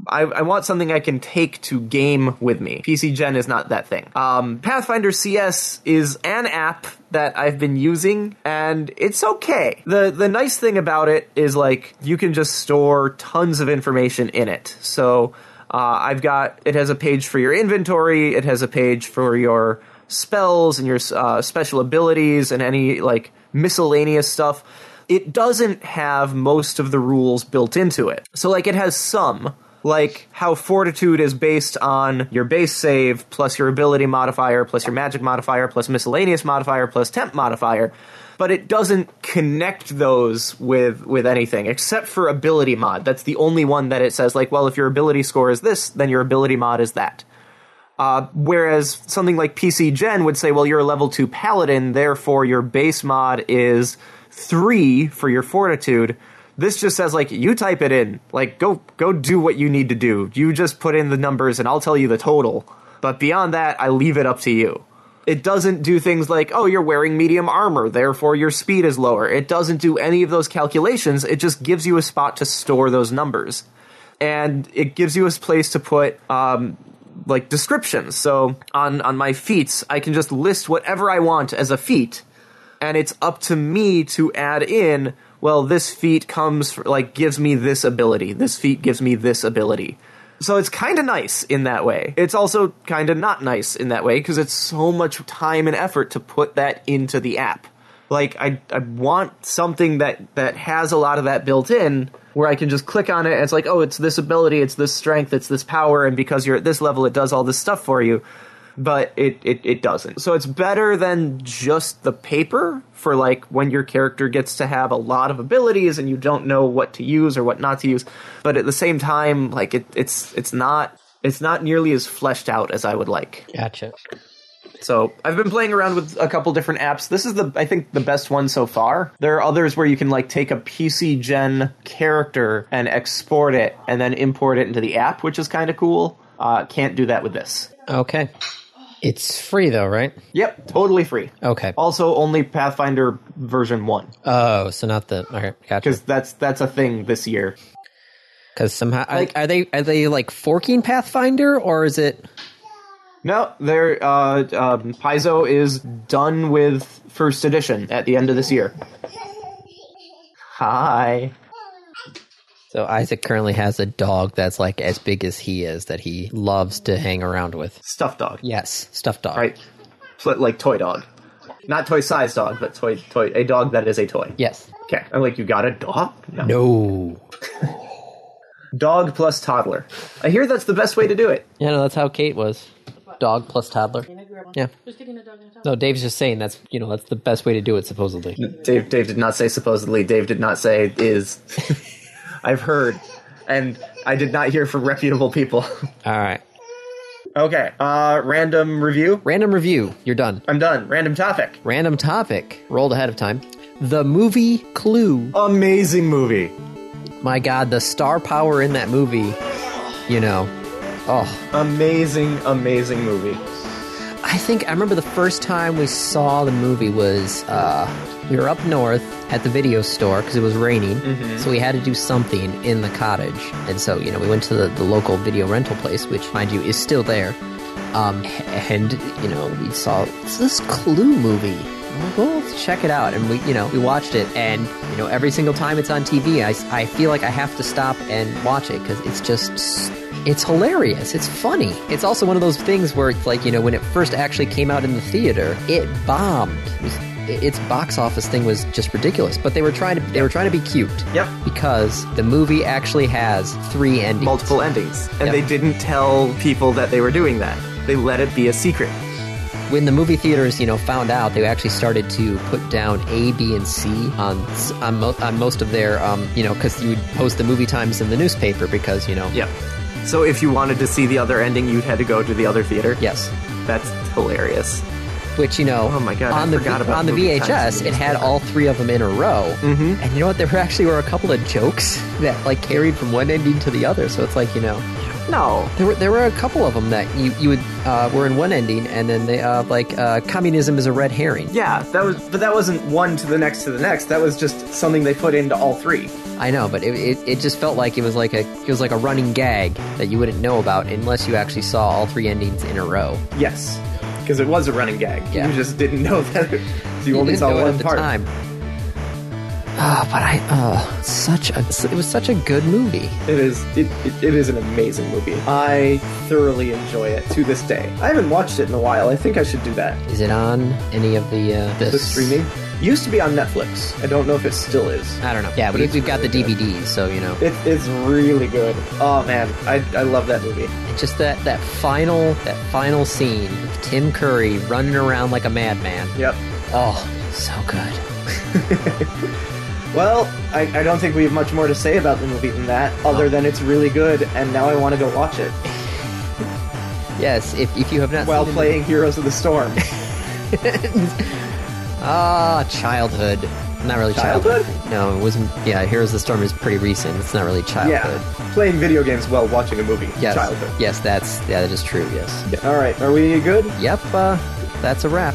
B: I, I want something I can take to game with me. PC Gen is not that thing. Um, Pathfinder CS is an app that I've been using, and it's okay. the The nice thing about it is like you can just store tons of information in it. So uh, I've got it has a page for your inventory, it has a page for your spells and your uh, special abilities and any like miscellaneous stuff. It doesn't have most of the rules built into it. So like it has some like how fortitude is based on your base save plus your ability modifier plus your magic modifier plus miscellaneous modifier plus temp modifier but it doesn't connect those with with anything except for ability mod that's the only one that it says like well if your ability score is this then your ability mod is that uh, whereas something like PC Gen would say, well, you're a level 2 paladin, therefore your base mod is 3 for your fortitude. This just says like you type it in. Like go go do what you need to do. You just put in the numbers and I'll tell you the total. But beyond that, I leave it up to you. It doesn't do things like, oh, you're wearing medium armor, therefore your speed is lower. It doesn't do any of those calculations. It just gives you a spot to store those numbers and it gives you a place to put um, like descriptions. So on on my feats, I can just list whatever I want as a feat, and it's up to me to add in. Well, this feat comes fr- like gives me this ability. This feat gives me this ability. So it's kind of nice in that way. It's also kind of not nice in that way because it's so much time and effort to put that into the app. Like I I want something that that has a lot of that built in where I can just click on it and it's like, "Oh, it's this ability, it's this strength, it's this power and because you're at this level it does all this stuff for you." But it, it, it doesn't. So it's better than just the paper for like when your character gets to have a lot of abilities and you don't know what to use or what not to use. But at the same time, like it, it's it's not it's not nearly as fleshed out as I would like.
A: Gotcha.
B: So I've been playing around with a couple different apps. This is the I think the best one so far. There are others where you can like take a PC Gen character and export it and then import it into the app, which is kind of cool. Uh, can't do that with this.
A: Okay. It's free though, right?
B: Yep, totally free.
A: Okay.
B: Also, only Pathfinder version one
A: Oh, so not the. All right, gotcha.
B: because that's that's a thing this year.
A: Because somehow are- are they are they like forking Pathfinder or is it?
B: No, there. Uh, um, Paizo is done with first edition at the end of this year. Hi.
A: So Isaac currently has a dog that's like as big as he is that he loves to hang around with.
B: Stuffed dog.
A: Yes, stuffed dog.
B: right? Pl- Like toy dog, not toy size dog, but toy toy a dog that is a toy.
A: Yes.
B: Okay. I'm like, you got a dog? No.
A: No.
B: Dog plus toddler. I hear that's the best way to do it.
A: Yeah, no, that's how Kate was. Dog plus toddler. Yeah.
F: Just getting a dog and a dog.
A: No, Dave's just saying that's you know that's the best way to do it supposedly.
B: Dave Dave did not say supposedly. Dave did not say is. *laughs* I've heard, and I did not hear from reputable people. *laughs*
A: All right.
B: okay. Uh, random review.
A: Random review. You're done.
B: I'm done. Random topic.
A: Random topic. Rolled ahead of time. The movie Clue.
B: Amazing movie.
A: My God, the star power in that movie. You know. Oh,
B: Amazing, amazing movie.
A: I think I remember the first time we saw the movie was uh, we were up north at the video store because it was raining, so we had to do something in the cottage, and so you know we went to the, the local video rental place, which mind you is still there, um, and you know we saw it's this Clue movie. I'm like, Well, let's check it out, and we, you know, we watched it, and you know, every single time it's on TV, I, s- I feel like I have to stop and watch it because it's just s- it's hilarious. It's funny. It's also one of those things where it's like, you know, when it first actually came out in the theater, it bombed. It was- its box office thing was just ridiculous, but they were trying to they were trying to be cute.
B: Yep.
A: Because the movie actually has three endings.
B: Multiple endings,
A: Yep.
B: and they didn't tell people that they were doing that. They let it be a secret.
A: When the movie theaters, you know, found out, they actually started to put down A, B, and C on s- on, mo- on most of their, um, you know, because you would post the movie times in the newspaper because you know.
B: Yep. So if you wanted to see the other ending, you'd had to go to the other theater.
A: Yes.
B: That's hilarious.
A: which you know
B: Oh my God, I
A: on the
B: forgot about
A: on the
B: movie
A: VHS
B: times in
A: it
B: the
A: had all three of them in a row mm-hmm. and you know what there were actually were a couple of jokes that like carried from one ending to the other so it's like you know
B: No.
A: there were there were a couple of them that you you would uh, were in one ending and then they uh, like uh, communism is a red herring
B: Yeah, that was, but that wasn't one to the next to the next. That was just something they put into all three.
A: I know but it, it, it just felt like it was like a it was like a running gag that you wouldn't know about unless you actually saw all three endings in a row
B: Yes, because it was a running gag.
A: Yeah.
B: You just didn't know that. you, only
A: didn't
B: saw
A: know it
B: one
A: at the
B: part.
A: time. Ah, but I oh such a it was such a good movie.
E: It is it, it, it is an amazing movie. I thoroughly enjoy it to this day. I haven't watched it in a while. I think I should do that.
A: Is it on any of the uh,
E: The
A: this
E: streaming used to be on Netflix. I don't know if it still is.
A: I don't know. Yeah, but
E: It's
A: we've got the
E: really
A: DVDs, so you know.
E: It, it's really good. Oh man, I, I love that movie.
A: It's just that that final that final scene of Tim Curry running around like a madman.
E: Yep.
A: Oh, so good.
E: Well, I, I don't think we have much more to say about the movie than that, other than it's really good, and now I want to go watch it
A: Yes, if, if you have not
E: while
A: seen
E: playing Heroes of the Storm.
A: ah childhood, not really childhood. No, it wasn't. Yeah, Heroes of the Storm is pretty recent. It's not really *laughs* childhood.
E: yeah, playing video games while watching a movie.
A: Yes,
E: Childhood.
A: yes, that's yeah, that is true. Yes.
E: All right, are we good?
A: Yep, uh, that's a wrap.